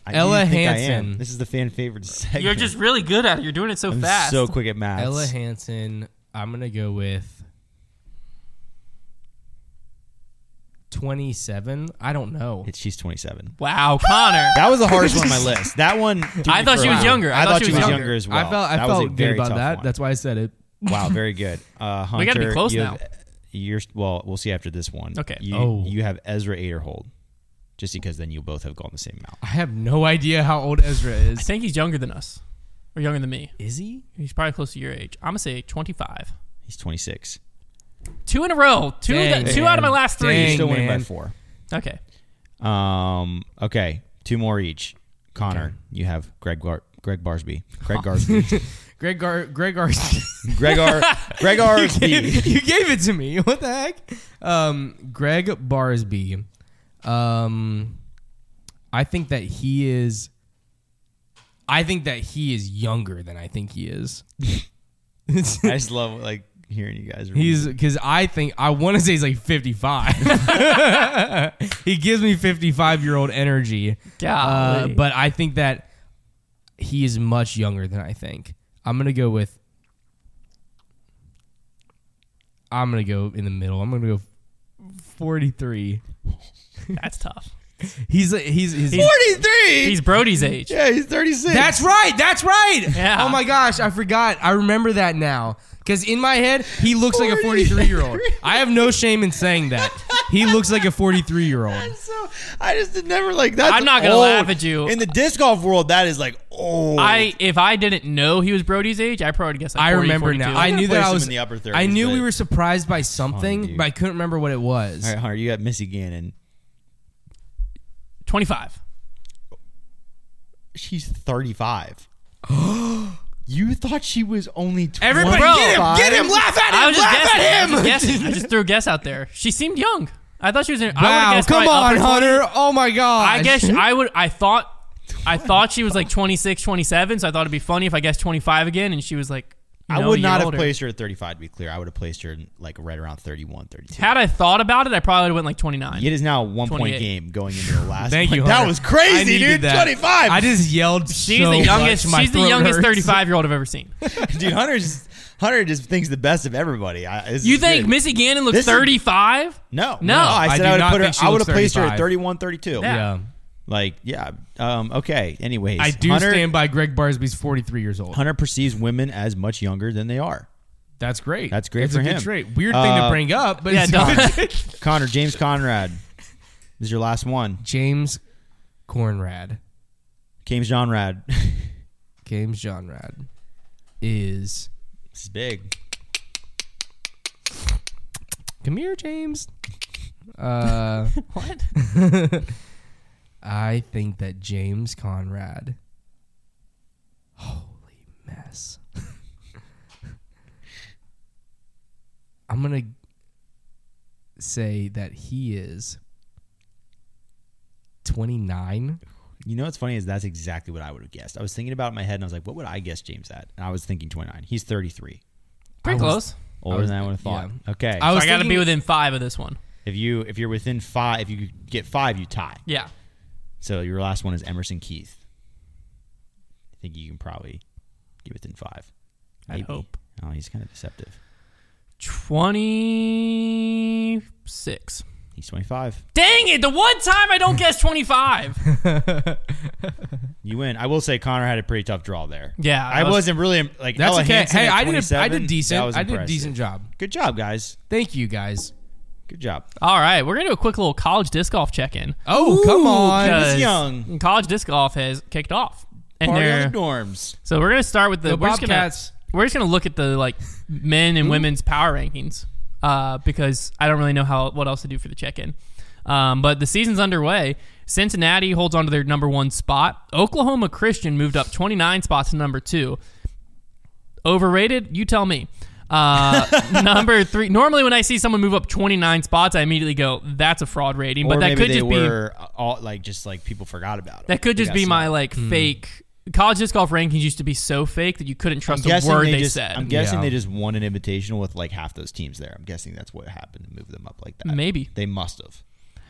Speaker 3: I
Speaker 2: Ella
Speaker 3: do think I
Speaker 2: Hansen.
Speaker 3: am. This is the fan favorite segment.
Speaker 1: You're just really good at it. You're doing it so
Speaker 3: I'm
Speaker 1: fast.
Speaker 3: so quick at math.
Speaker 2: Ella Hansen. I'm gonna go with twenty-seven. I don't know.
Speaker 3: She's 27.
Speaker 1: wow, Connor.
Speaker 3: That was the hardest one on my list. That one. took
Speaker 1: I
Speaker 3: me
Speaker 1: thought
Speaker 3: for a
Speaker 1: she was
Speaker 3: while.
Speaker 1: younger. I
Speaker 3: I
Speaker 1: thought
Speaker 3: thought
Speaker 1: she
Speaker 3: she
Speaker 1: was
Speaker 3: was
Speaker 1: younger.
Speaker 3: younger as well.
Speaker 2: I felt I
Speaker 3: That was a
Speaker 2: felt good
Speaker 3: very
Speaker 2: about
Speaker 3: tough
Speaker 2: that.
Speaker 3: one.
Speaker 2: That's why I said it.
Speaker 3: Wow, very good. Uh, Hunter,
Speaker 1: We gotta be close
Speaker 3: you
Speaker 1: now.
Speaker 3: have- You're well. We'll see after this one.
Speaker 1: Okay.
Speaker 3: You,
Speaker 2: Oh.
Speaker 3: you have Ezra Aderhold, just because then you both have gone the same amount.
Speaker 2: I have no idea how old Ezra
Speaker 1: I
Speaker 2: is.
Speaker 1: think he's younger than us, or younger than me.
Speaker 2: Is he?
Speaker 1: He's probably close to your age. I'm gonna say 25.
Speaker 3: He's 26.
Speaker 1: Two in a row. Two
Speaker 2: Dang,
Speaker 1: two
Speaker 2: man.
Speaker 1: out of my last three.
Speaker 2: Dang,
Speaker 3: You're still winning by
Speaker 2: man.
Speaker 3: four.
Speaker 1: Okay.
Speaker 3: Um. Okay. Two more each. Connor, you have Greg Gar- Greg Barsby. Greg Garsby.
Speaker 2: Greg Gar- Greg Gar-
Speaker 3: Greg Gar- Greg Garsby.
Speaker 2: you gave it to me. What the heck? Um, Greg Barsby. Um, I think that he is. I think that he is younger than I think he is.
Speaker 3: I just love like hearing you guys.
Speaker 2: He's because I think I want to say he's like 55. he gives me 55 year old energy. Uh,
Speaker 1: Golly.
Speaker 2: but I think that he is much younger than I think. I'm gonna go with. I'm gonna go in the middle. I'm gonna go 43.
Speaker 1: That's tough.
Speaker 2: He's he's he's.
Speaker 3: 43.
Speaker 1: He's Brody's age.
Speaker 3: yeah, he's 36.
Speaker 2: That's right. That's right.
Speaker 1: Yeah.
Speaker 2: Oh my gosh, I forgot. I remember that now. Because in my head, he looks like a 43 year old. I have no shame in saying that. He looks like a 43 year old.
Speaker 3: so. I just did never like that.
Speaker 1: I'm not gonna laugh at you.
Speaker 3: In the disc golf world, that is like oh.
Speaker 1: I if I didn't know he was Brody's age, I probably guess like
Speaker 2: I
Speaker 1: 40,
Speaker 2: remember
Speaker 1: 42.
Speaker 2: now. I knew
Speaker 3: place
Speaker 2: that I
Speaker 3: him
Speaker 2: was
Speaker 3: in the upper 30s,
Speaker 2: I knew we
Speaker 3: but-
Speaker 2: were surprised by something,
Speaker 3: dude.
Speaker 2: but I couldn't remember what it was.
Speaker 3: All right, Hunter, you got Missy Gannon.
Speaker 1: 25.
Speaker 3: She's 35. you thought she was only 20.
Speaker 2: Everybody,
Speaker 1: Bro.
Speaker 2: get him! Get him! Laugh at him!
Speaker 1: I was just
Speaker 2: laugh
Speaker 1: guessing.
Speaker 2: at him!
Speaker 1: I, just guessing. I just threw a guess out there. She seemed young. I thought she was in. I would've
Speaker 2: wow!
Speaker 1: guessed
Speaker 2: Come
Speaker 1: probably
Speaker 2: on,
Speaker 1: upper 20s.
Speaker 2: Hunter! Oh my god!
Speaker 1: I guess I would. I thought. I thought she was like 26, 27, so I thought it'd be funny if I guessed 25 again, and she was like, you
Speaker 3: I
Speaker 1: know, a
Speaker 3: would
Speaker 1: year
Speaker 3: not have
Speaker 1: older.
Speaker 3: placed her at 35 to be clear. I would have placed her in, like right around 31, 32.
Speaker 1: Had I thought about it, I probably would have went like 29.
Speaker 3: It is now a one point
Speaker 1: 28.
Speaker 3: game going into the last.
Speaker 2: Thank you.
Speaker 3: Like, That
Speaker 2: Hunter.
Speaker 3: was
Speaker 2: I
Speaker 3: crazy,
Speaker 2: needed
Speaker 3: dude.
Speaker 2: that.
Speaker 3: 25.
Speaker 2: I just yelled.
Speaker 1: She's
Speaker 2: so
Speaker 1: the youngest.
Speaker 2: much, my
Speaker 1: She's the
Speaker 2: throat
Speaker 1: youngest
Speaker 2: hurts.
Speaker 1: 35 year old I've ever seen.
Speaker 3: dude, Hunter's Hunter just thinks the best of everybody. I, this
Speaker 1: You
Speaker 3: is
Speaker 1: think
Speaker 3: good.
Speaker 1: Missy Gannon
Speaker 3: This
Speaker 1: looks
Speaker 3: is-
Speaker 1: 35?
Speaker 3: No,
Speaker 1: No.
Speaker 3: I
Speaker 2: I
Speaker 3: said
Speaker 2: do
Speaker 3: I, would
Speaker 2: not
Speaker 3: have put her.
Speaker 2: think she
Speaker 3: I would
Speaker 2: looks
Speaker 3: have placed her at
Speaker 2: 35.
Speaker 3: 31, 32.
Speaker 1: Yeah.
Speaker 2: Yeah.
Speaker 3: Like, yeah. Um, okay. Anyways,
Speaker 2: I do
Speaker 3: Hunter,
Speaker 2: stand by Greg Barsby's 43 years old.
Speaker 3: Hunter perceives women as much younger than they are.
Speaker 2: That's great.
Speaker 3: That's great
Speaker 2: That's
Speaker 3: for
Speaker 2: a
Speaker 3: him.
Speaker 2: Good trait. Weird thing to
Speaker 3: Uh,
Speaker 2: bring up, but
Speaker 1: Yeah,
Speaker 2: it's
Speaker 1: don't.
Speaker 2: good.
Speaker 3: Connor James Conrad is your last one.
Speaker 2: James Conrad,
Speaker 3: James Conrad. this
Speaker 2: James Conrad, is
Speaker 3: is big.
Speaker 2: come here, James. Uh,
Speaker 1: What?
Speaker 2: I think that James Conrad. Holy mess! I'm gonna say that he is 29.
Speaker 3: You know what's funny is that's exactly what I would have guessed. I was thinking about it in my head and I was like, what would I guess James at? And I was thinking 29. He's 33.
Speaker 1: Pretty
Speaker 2: I was-
Speaker 1: close.
Speaker 3: Older
Speaker 2: I was-
Speaker 3: than I would have thought.
Speaker 2: yeah.
Speaker 3: Okay.
Speaker 2: I
Speaker 1: So
Speaker 2: was
Speaker 1: I got to
Speaker 2: thinking-
Speaker 1: be within five of this one.
Speaker 3: if you if you're within five, if you get five, you tie.
Speaker 1: Yeah.
Speaker 3: So your last one is Emerson Keith. I think you can probably get within five.
Speaker 1: I hope.
Speaker 3: Oh, he's kind of deceptive.
Speaker 1: 26.
Speaker 3: He's 25.
Speaker 1: Dang it. The one time I don't guess 25.
Speaker 3: You win. I will say Connor had a pretty tough draw there.
Speaker 1: Yeah,
Speaker 3: I
Speaker 1: that was-
Speaker 3: wasn't really like.
Speaker 2: That's
Speaker 3: Ella
Speaker 2: okay.
Speaker 3: Hansen
Speaker 2: Hey,
Speaker 3: at
Speaker 2: I did. A, I
Speaker 3: 27,
Speaker 2: did
Speaker 3: that
Speaker 2: decent.
Speaker 3: was
Speaker 2: I did a
Speaker 3: impressive.
Speaker 2: decent job.
Speaker 3: Good job, guys.
Speaker 2: Thank you guys.
Speaker 3: Good job.
Speaker 1: All right, we're gonna do a quick little college disc golf check-in.
Speaker 2: Oh, come on.
Speaker 3: Keep us
Speaker 1: Because
Speaker 3: young.
Speaker 1: College disc golf has kicked off, and
Speaker 3: Party
Speaker 1: they're
Speaker 3: on the dorms.
Speaker 1: so we're gonna start with the,
Speaker 2: The
Speaker 1: we're just gonna-
Speaker 2: Bobcats.
Speaker 1: we're just gonna look at the like men and women's power rankings uh, because I don't really know how what else to do for the check-in. Um, but the season's underway. Cincinnati holds on to their number one spot. Oklahoma Christian moved up 29 spots to number two. Overrated? You tell me. Uh, number three. Normally, when I see someone move up 29 spots, I immediately go, "That's a fraud rating."
Speaker 3: or
Speaker 1: but that
Speaker 3: maybe
Speaker 1: could
Speaker 3: they
Speaker 1: just be
Speaker 3: were all like just like people forgot about it.
Speaker 1: that could just be my like fake college disc golf rankings used to be so fake that you couldn't trust a word they,
Speaker 3: just,
Speaker 1: said.
Speaker 3: I'm guessing
Speaker 2: Yeah.
Speaker 3: they just won an invitational with like half those teams there. I'm guessing that's what happened to move them up like that.
Speaker 1: Maybe.
Speaker 3: they must have.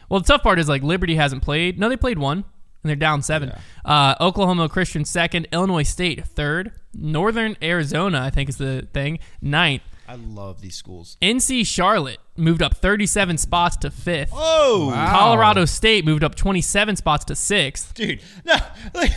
Speaker 1: well, the tough part is like Liberty hasn't played. No, they played one, and they're down seven. Uh, Oklahoma Christian second, Illinois State third, Northern Arizona I think is the thing ninth.
Speaker 3: I love these schools.
Speaker 1: NC Charlotte moved up 37 spots to fifth.
Speaker 3: Oh,
Speaker 2: Wow.
Speaker 1: Colorado State moved up 27 spots to sixth.
Speaker 3: dude, no, like,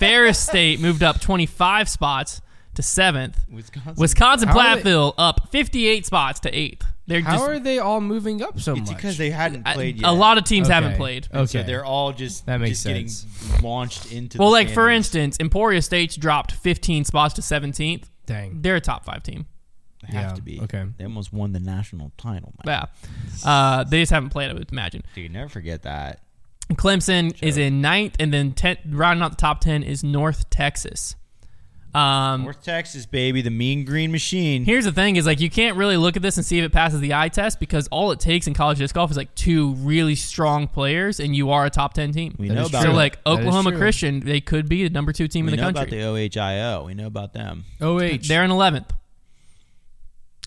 Speaker 1: Ferris State moved up 25 spots to seventh.
Speaker 3: Wisconsin.
Speaker 1: Wisconsin
Speaker 2: How are they-
Speaker 1: Platteville up 58 spots to eighth. They're
Speaker 2: How
Speaker 1: just
Speaker 2: are they all moving up so
Speaker 3: it's
Speaker 2: much?
Speaker 3: because they hadn't
Speaker 1: I-
Speaker 3: played yet.
Speaker 1: a lot of teams
Speaker 2: Okay.
Speaker 1: haven't played.
Speaker 2: Okay.
Speaker 3: So they're all just
Speaker 2: That makes
Speaker 3: just getting launched into.
Speaker 1: Well,
Speaker 3: the
Speaker 1: like for
Speaker 3: standings.
Speaker 1: instance, Emporia State's dropped 15 spots to 17th.
Speaker 2: Dang.
Speaker 1: They're a top five team.
Speaker 3: They have
Speaker 2: Yeah,
Speaker 3: to be
Speaker 2: okay.
Speaker 3: They almost won the national title. Man.
Speaker 1: Yeah, uh, they just haven't played. I would imagine.
Speaker 3: Dude, never forget that.
Speaker 1: Clemson is in ninth, and then ten, rounding out the top 10 is North Texas. Um,
Speaker 3: North Texas, baby, the mean green machine.
Speaker 1: Here's the thing: is like you can't really look at this and see if it passes the eye test because all it takes in college disc golf is like two really strong players, and you are a top ten team.
Speaker 3: We
Speaker 2: That
Speaker 3: know
Speaker 2: is
Speaker 3: about
Speaker 1: so
Speaker 2: true.
Speaker 3: it.
Speaker 1: like
Speaker 2: That is
Speaker 1: Oklahoma
Speaker 2: true.
Speaker 1: Christian, they could be the number two team
Speaker 3: we
Speaker 1: in the
Speaker 3: know
Speaker 1: country.
Speaker 3: about the OHIO. We know about them.
Speaker 2: Oh,
Speaker 1: They're in eleventh.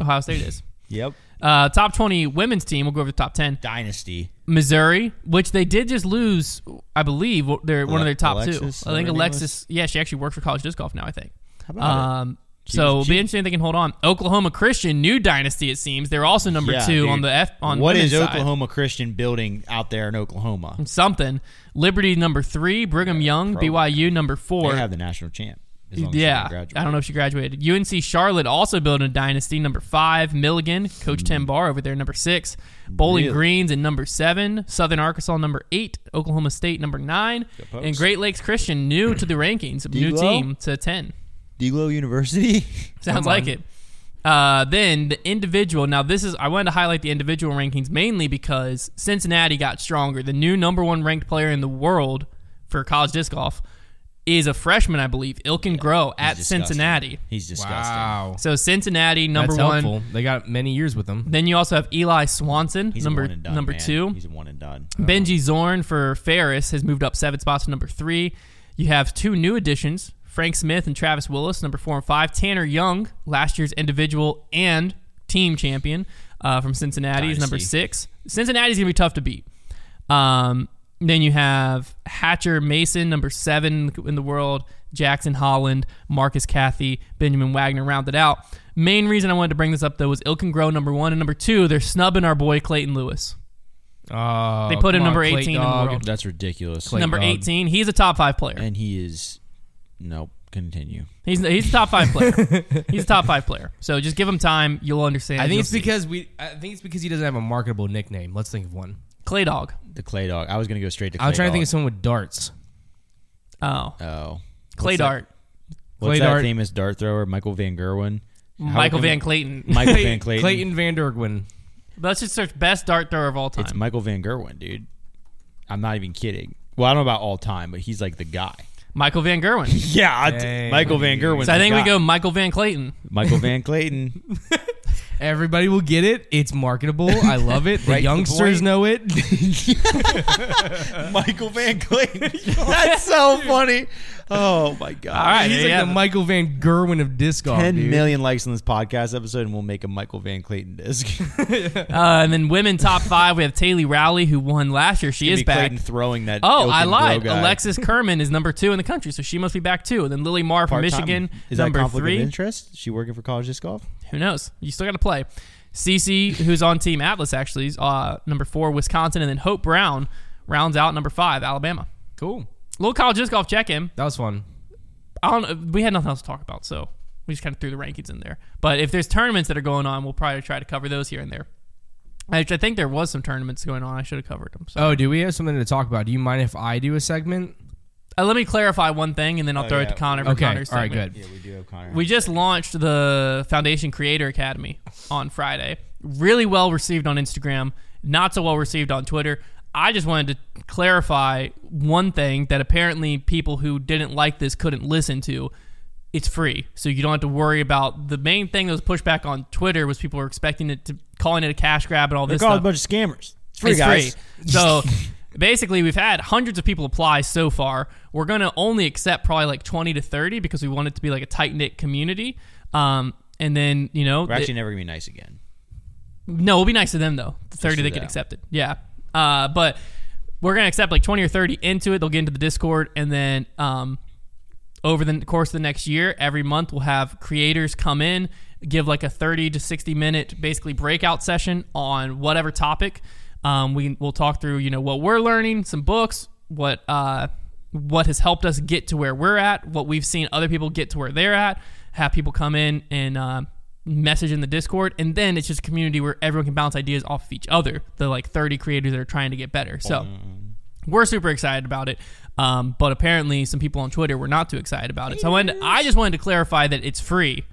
Speaker 1: Ohio State is.
Speaker 3: Yep,
Speaker 1: Uh, top twenty women's team. We'll go over the top ten.
Speaker 3: dynasty.
Speaker 1: Missouri, which they did just lose, I believe, they're one of their top
Speaker 3: Alexis,
Speaker 1: two. I think
Speaker 3: her name was?
Speaker 1: Alexis. Yeah, she actually works for college disc golf now. I think.
Speaker 3: How about it?
Speaker 1: Um, so it'll be interesting if they can hold on. Oklahoma Christian, new dynasty it seems. They're also number
Speaker 3: Yeah,
Speaker 1: two
Speaker 3: dude.
Speaker 1: on the F on
Speaker 3: what is
Speaker 1: women's side.
Speaker 3: Oklahoma Christian building out there in Oklahoma?
Speaker 1: Something. Liberty number three, Brigham Young,
Speaker 3: probably.
Speaker 1: BYU number four.
Speaker 3: they have the national champ. As long as they
Speaker 1: yeah,
Speaker 3: don't graduate.
Speaker 1: I don't know if she graduated. UNC Charlotte also building a dynasty. Number five, Milligan, Coach Tim Barr over there, number six. Bowling
Speaker 3: Hmm. Really?
Speaker 1: Greens in number seven. Southern Arkansas number eight. Oklahoma State number nine.
Speaker 3: Pokes.
Speaker 1: And Great Lakes Christian new to the rankings, new
Speaker 3: D-Lo?
Speaker 1: team to ten.
Speaker 3: Deglo University.
Speaker 1: Sounds
Speaker 2: Come
Speaker 1: like
Speaker 2: on.
Speaker 1: it. Uh, then the individual. Now this is I wanted to highlight the individual rankings mainly because Cincinnati got stronger. The new number one ranked player in the world for college disc golf is a freshman, I believe, Ilkin Grow at
Speaker 3: He's disgusting.
Speaker 1: Cincinnati.
Speaker 3: He's disgusting.
Speaker 2: Wow.
Speaker 1: So Cincinnati number
Speaker 2: That's
Speaker 1: one.
Speaker 2: helpful. They got many years with them.
Speaker 1: Then you also have Eli Swanson,
Speaker 3: He's a
Speaker 1: number
Speaker 3: one and done,
Speaker 1: number
Speaker 3: man.
Speaker 1: two.
Speaker 3: He's a one and done.
Speaker 1: Benji Zorn for Ferris has moved up seven spots to number three. You have two new additions, Frank Smith and Travis Willis, number four and five. Tanner Young, last year's individual and team champion uh, from Cincinnati, is number
Speaker 3: Dynasty.
Speaker 1: six. Cincinnati's going to be tough to beat. Um, then you have Hatcher Mason, number seven in the world, Jackson Holland, Marcus Cathy, Benjamin Wagner rounded out. Main reason I wanted to bring this up, though, was Ilkin Grow, number one, and number two, they're snubbing our boy Clayton Lewis.
Speaker 2: Oh,
Speaker 1: They put
Speaker 2: come
Speaker 1: him
Speaker 2: on,
Speaker 1: number
Speaker 2: Clay
Speaker 1: 18 in the
Speaker 2: Dog.
Speaker 1: world.
Speaker 3: That's ridiculous.
Speaker 2: Clay-
Speaker 1: number
Speaker 2: dog.
Speaker 1: 18. He's a top five player.
Speaker 3: and he is. Nope. Continue.
Speaker 1: He's he's a top five player. he's a top five player. So just give him time. You'll understand.
Speaker 2: I
Speaker 1: You'll
Speaker 2: think it's
Speaker 1: see.
Speaker 2: because we. I think it's because he doesn't have a marketable nickname. Let's think of one.
Speaker 1: Clay Dog.
Speaker 3: The clay dog. I was gonna go straight to. Clay
Speaker 2: I'm trying to think of
Speaker 3: dog.
Speaker 2: someone with darts.
Speaker 1: Oh,
Speaker 3: Oh.
Speaker 1: Clay
Speaker 3: What's that-
Speaker 1: Dart.
Speaker 3: What's
Speaker 2: Clay
Speaker 3: that
Speaker 2: dart.
Speaker 3: famous dart thrower, Michael Van Gerwen? How
Speaker 1: Michael
Speaker 3: can-
Speaker 1: Van Clayton.
Speaker 3: Michael Van Clayton.
Speaker 2: Clayton Van Dergwin.
Speaker 1: Let's just search best dart thrower of all time.
Speaker 3: It's Michael Van Gerwen, dude. I'm not even kidding. Well, I don't know about all time, but he's like the guy.
Speaker 1: Michael Van Gerwen.
Speaker 3: Yeah, I-
Speaker 2: Dang.
Speaker 3: Michael Van Gerwen.
Speaker 1: So I think we go Michael Van Clayton.
Speaker 3: Michael Van Clayton.
Speaker 2: Everybody will get it. It's marketable. I love it. The
Speaker 3: Right to the
Speaker 2: youngsters
Speaker 3: point.
Speaker 2: know it.
Speaker 3: Michael Van Clayton. That's so funny. Oh my god.
Speaker 1: All right,
Speaker 2: He's
Speaker 1: there
Speaker 2: like
Speaker 1: you
Speaker 2: the
Speaker 1: have it.
Speaker 2: Michael Van Gerwen of disc
Speaker 1: Oh,
Speaker 2: golf.
Speaker 3: 10
Speaker 2: dude.
Speaker 3: million likes on this podcast episode, and we'll make a Michael Van Clayton disc.
Speaker 1: Uh, and then women top five. We have Taylee Rowley who won last year. She
Speaker 3: Jimmy
Speaker 1: is back.
Speaker 3: Clayton throwing that.
Speaker 1: Oh, I
Speaker 3: Ilkin
Speaker 1: lied.
Speaker 3: Grow guy.
Speaker 1: Alexis Kerman is number two in the country, so she must be back too. And then Lily Marr from
Speaker 3: Part-time.
Speaker 1: Michigan,
Speaker 3: Is that
Speaker 1: number
Speaker 3: conflict
Speaker 1: three.
Speaker 3: of interest? Is she working for college disc golf?
Speaker 1: Who knows? You still got to play. CC, who's on Team Atlas, actually, is uh, number four, Wisconsin, and then Hope Brown rounds out number five, Alabama.
Speaker 2: Cool.
Speaker 1: Little college disc golf check in.
Speaker 2: That was fun.
Speaker 1: I don't. We had nothing else to talk about, so we just kind of threw the rankings in there. But if there's tournaments that are going on, we'll probably try to cover those here and there. Which I think there was some tournaments going on. I should have covered them. So.
Speaker 2: Oh, do we have something to talk about? Do you mind if I do a segment?
Speaker 1: Uh, let me clarify one thing, and then I'll
Speaker 3: Oh,
Speaker 1: throw it
Speaker 3: yeah.
Speaker 1: to Connor. For
Speaker 2: Okay. All
Speaker 1: Connor's
Speaker 2: right.
Speaker 1: segment.
Speaker 2: Good.
Speaker 3: Yeah, we do have Connor.
Speaker 1: We just launched the Foundation Creator Academy on Friday. Really well received on Instagram, not so well received on Twitter. I just wanted to clarify one thing that apparently people who didn't like this couldn't listen to. It's free, so you don't have to worry about the main thing that was pushed back on Twitter was people were expecting it to calling it a cash grab and all
Speaker 3: They're
Speaker 1: this
Speaker 3: called
Speaker 1: stuff.
Speaker 3: a bunch of scammers. It's free,
Speaker 1: It's
Speaker 3: guys.
Speaker 1: free. So basically, we've had hundreds of people apply so far. We're going to only accept probably like 20 to 30 because we want it to be like a tight knit community. Um, and then, you know,
Speaker 3: We're
Speaker 1: th-
Speaker 3: actually never gonna be nice again.
Speaker 1: no, it'll be nice to them though. The 30
Speaker 3: do
Speaker 1: they get
Speaker 3: that.
Speaker 1: accepted. Yeah. Uh, but we're going to accept like 20 or 30 into it. They'll get into the Discord and then um, over the course of the next year, every month we'll have creators come in, give like a 30 to 60 minute basically breakout session on whatever topic. Um, we we'll talk through you know what we're learning, some books, what uh, what has helped us get to where we're at, what we've seen other people get to where they're at. Have people come in and uh, message in the Discord, and then it's just a community where everyone can bounce ideas off of each other. The like 30 creators that are trying to get better. So we're super excited about it. Um, but apparently, some people on Twitter were not too excited about it. So I, wanted, I just wanted to clarify that it's free,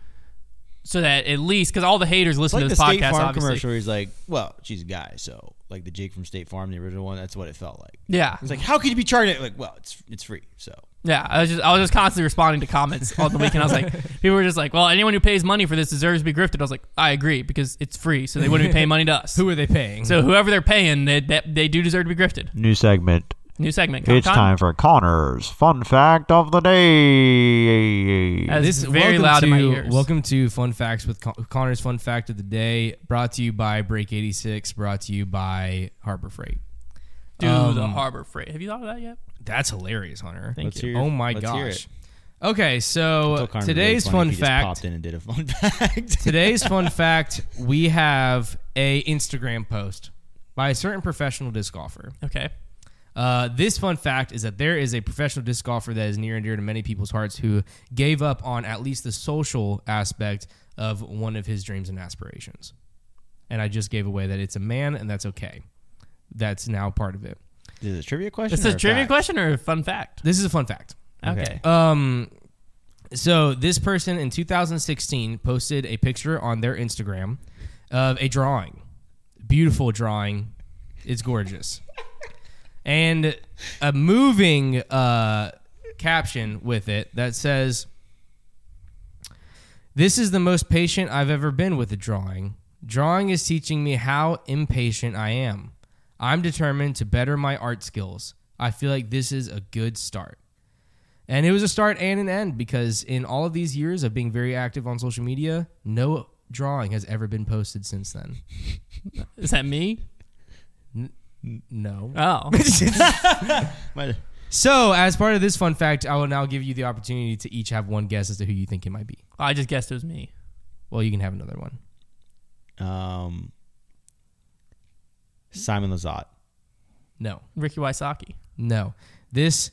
Speaker 1: so that at least because all the haters
Speaker 3: It's
Speaker 1: listen
Speaker 3: like
Speaker 1: to
Speaker 3: the
Speaker 1: this
Speaker 3: State
Speaker 1: podcast,
Speaker 3: Farm
Speaker 1: obviously.
Speaker 3: commercial. Where he's like, "Well, she's a guy, so like the Jake from State Farm, the original one. That's what it felt like.
Speaker 1: Yeah,
Speaker 3: It's like, how could you be charging it? Like, well, it's it's free, so
Speaker 1: yeah. I was just I was just constantly responding to comments all the weekend. I was like, people were just like, well, anyone who pays money for this deserves to be grifted. I was like, I agree because it's free, so they wouldn't be paying money to us.
Speaker 2: Who are they paying?
Speaker 1: so whoever they're paying, they, they, they do deserve to be grifted.
Speaker 4: New segment.
Speaker 1: New segment.
Speaker 4: It's
Speaker 1: Con-
Speaker 4: time for Connor's fun fact of the day.
Speaker 1: That's very
Speaker 2: welcome
Speaker 1: loud
Speaker 2: to,
Speaker 1: in my ears.
Speaker 2: Welcome to Fun Facts with Con- Connor's Fun Fact of the Day, brought to you by Break 86, brought to you by Harbor Freight.
Speaker 1: to the
Speaker 4: Um,
Speaker 1: Harbor Freight. Have you thought of that yet?
Speaker 2: That's hilarious, Hunter.
Speaker 1: Thank
Speaker 3: Let's
Speaker 1: you.
Speaker 3: hear-
Speaker 2: Oh my
Speaker 3: let's hear
Speaker 2: gosh.
Speaker 3: it.
Speaker 2: Okay, so
Speaker 3: Tell Connor it'd be really
Speaker 2: today's
Speaker 3: funny
Speaker 2: fun
Speaker 3: if he just
Speaker 2: fact
Speaker 3: popped in and did a fun fact.
Speaker 2: Today's fun fact: we have a Instagram post by a certain professional disc golfer.
Speaker 1: Okay.
Speaker 2: Uh, this fun fact is that there is a professional disc golfer that is near and dear to many people's hearts who gave up on at least the social aspect of one of his dreams and aspirations. And I just gave away that it's a man, and that's okay. That's now part of it.
Speaker 3: Is it a trivia question?
Speaker 1: Is this
Speaker 3: or
Speaker 1: a trivia
Speaker 3: fact?
Speaker 1: question or a fun fact?
Speaker 2: This is a fun fact.
Speaker 1: Okay.
Speaker 3: Okay.
Speaker 2: Um, so this person in 2016 posted a picture on their Instagram of a drawing, beautiful drawing. It's gorgeous, and a moving uh, caption with it that says, "This is the most patient I've ever been with a drawing. Drawing is teaching me how impatient I am. I'm determined to better my art skills. I feel like this is a good start." And it was a start and an end because in all of these years of being very active on social media, no drawing has ever been posted since then.
Speaker 1: Is that me?
Speaker 2: No.
Speaker 1: Oh.
Speaker 3: My-
Speaker 2: So, as part of this fun fact, I will now give you the opportunity to each have one guess as to who you think it might be.
Speaker 1: I just guessed it was me.
Speaker 2: Well, you can have another one.
Speaker 3: Um, Simon Lazat.
Speaker 2: No.
Speaker 1: Ricky Wysocki.
Speaker 2: No. This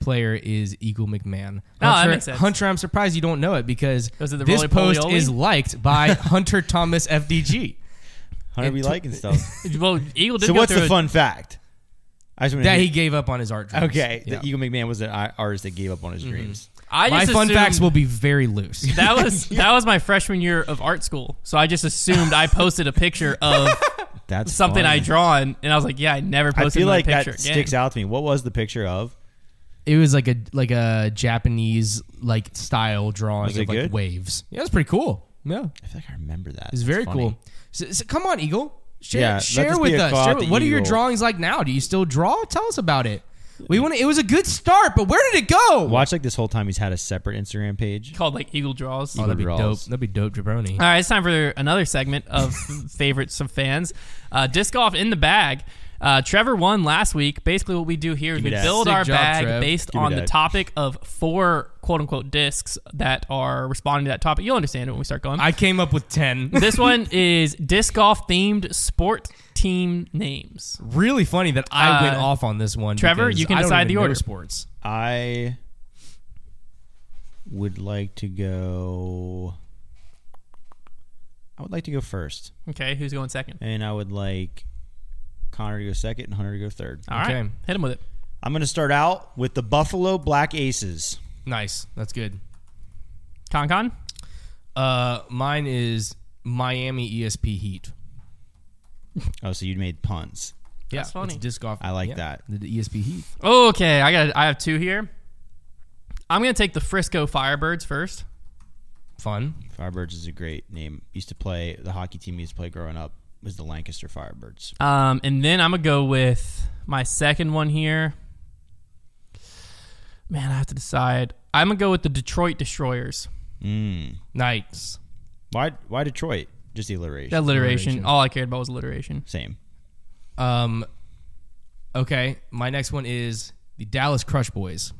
Speaker 2: player is Eagle McMahon. Hunter,
Speaker 1: Oh, that makes sense.
Speaker 2: Hunter, I'm surprised you don't know it because
Speaker 1: Was it the
Speaker 2: this
Speaker 1: roly-poly
Speaker 2: post
Speaker 1: oly?
Speaker 2: is liked by Hunter Thomas FDG.
Speaker 3: Hunter be
Speaker 2: It-
Speaker 3: liking stuff.
Speaker 1: Well, Eagle did
Speaker 3: so
Speaker 1: go
Speaker 3: what's
Speaker 1: through
Speaker 3: the
Speaker 1: a-
Speaker 3: fun fact? I just wanna
Speaker 2: That
Speaker 3: hear-
Speaker 2: he gave up on his art drawings.
Speaker 3: Okay,
Speaker 2: Yeah. Mm-hmm.
Speaker 3: that Eagle McMahon was an ar- artist that gave up on his dreams.
Speaker 1: I
Speaker 2: My
Speaker 1: just
Speaker 2: fun
Speaker 1: assumed-
Speaker 2: facts will be very loose.
Speaker 1: That was that was my freshman year of art school. So I just assumed I posted a picture of
Speaker 3: That's
Speaker 1: something
Speaker 3: fun.
Speaker 1: I drawn, and I was like, "Yeah, I never
Speaker 3: I
Speaker 1: posted
Speaker 3: feel
Speaker 1: my
Speaker 3: like that
Speaker 1: picture." again.
Speaker 3: sticks out to me. What was the picture of?
Speaker 2: It was like a like a Japanese like style drawing
Speaker 3: Was
Speaker 2: of
Speaker 3: it
Speaker 2: like
Speaker 3: good?
Speaker 2: waves. Yeah, it was pretty cool. Yeah,
Speaker 3: I feel like I remember that. That's
Speaker 2: it's very
Speaker 3: funny.
Speaker 2: cool. So, so come on, Eagle. Share,
Speaker 3: Yeah, let this
Speaker 2: share
Speaker 3: be
Speaker 2: with
Speaker 3: a
Speaker 2: us.
Speaker 3: call
Speaker 2: Share
Speaker 3: out
Speaker 2: with-
Speaker 3: to
Speaker 2: what are your
Speaker 3: Eagle.
Speaker 2: drawings like now? Do you still draw? Tell us about it. We want. It was a good start, but where did it go?
Speaker 3: Watch like this whole time he's had a separate Instagram page.
Speaker 1: called like Eagle draws.
Speaker 2: Oh, that'd be
Speaker 3: Eagle
Speaker 2: dope.
Speaker 3: draws. Um,
Speaker 2: That'd be dope, jabroni.
Speaker 1: All right, it's time for another segment of favorites of fans. Uh, disc golf in the bag. Uh, Trevor won last week. Basically, what we do here is we
Speaker 3: me that.
Speaker 1: build
Speaker 2: Sick
Speaker 1: our
Speaker 2: job,
Speaker 1: bag
Speaker 2: Trev.
Speaker 1: based
Speaker 3: Give me
Speaker 1: on the
Speaker 3: that.
Speaker 1: topic of four quote unquote discs that are responding to that topic. You'll understand it when we start going.
Speaker 2: I came up with ten.
Speaker 1: this one is disc golf themed sport team names.
Speaker 2: really funny that I went
Speaker 1: Uh,
Speaker 2: off on this one.
Speaker 1: Trevor,
Speaker 2: because
Speaker 1: you can
Speaker 2: I don't
Speaker 1: decide
Speaker 2: even
Speaker 1: the
Speaker 2: know
Speaker 1: order.
Speaker 2: Sports.
Speaker 3: I would like to go. I would like to go first,
Speaker 1: Okay, who's going second?
Speaker 3: and I would like Connor to go second and Hunter to go third.
Speaker 1: All right,
Speaker 2: Okay.
Speaker 1: hit him with it.
Speaker 3: I'm going to start out with the Buffalo Black Aces.
Speaker 2: Nice. That's good.
Speaker 1: Con Con.
Speaker 2: Uh, mine is Miami ESP Heat.
Speaker 3: Oh, so you made puns.
Speaker 2: Yeah,
Speaker 1: That's funny.
Speaker 2: It's disc golf.
Speaker 3: I like
Speaker 2: yeah,
Speaker 3: that.
Speaker 2: The the ESP Heat.
Speaker 1: Okay, I got. I have two here. I'm gonna take the Frisco Firebirds first.
Speaker 2: Fun.
Speaker 3: Firebirds is a great name. Used to play the hockey team we used to play growing up was the Lancaster Firebirds.
Speaker 1: Um, and then I'm gonna go with my second one here. Man, I have to decide. I'm gonna go with the Detroit Destroyers.
Speaker 3: Mm.
Speaker 2: Nice.
Speaker 3: Why? Why Detroit? Just the alliteration.
Speaker 1: That alliteration.
Speaker 2: Alliteration.
Speaker 1: All I cared about was alliteration.
Speaker 3: Same.
Speaker 2: Um, okay. My next one is the Dallas Crush Boys.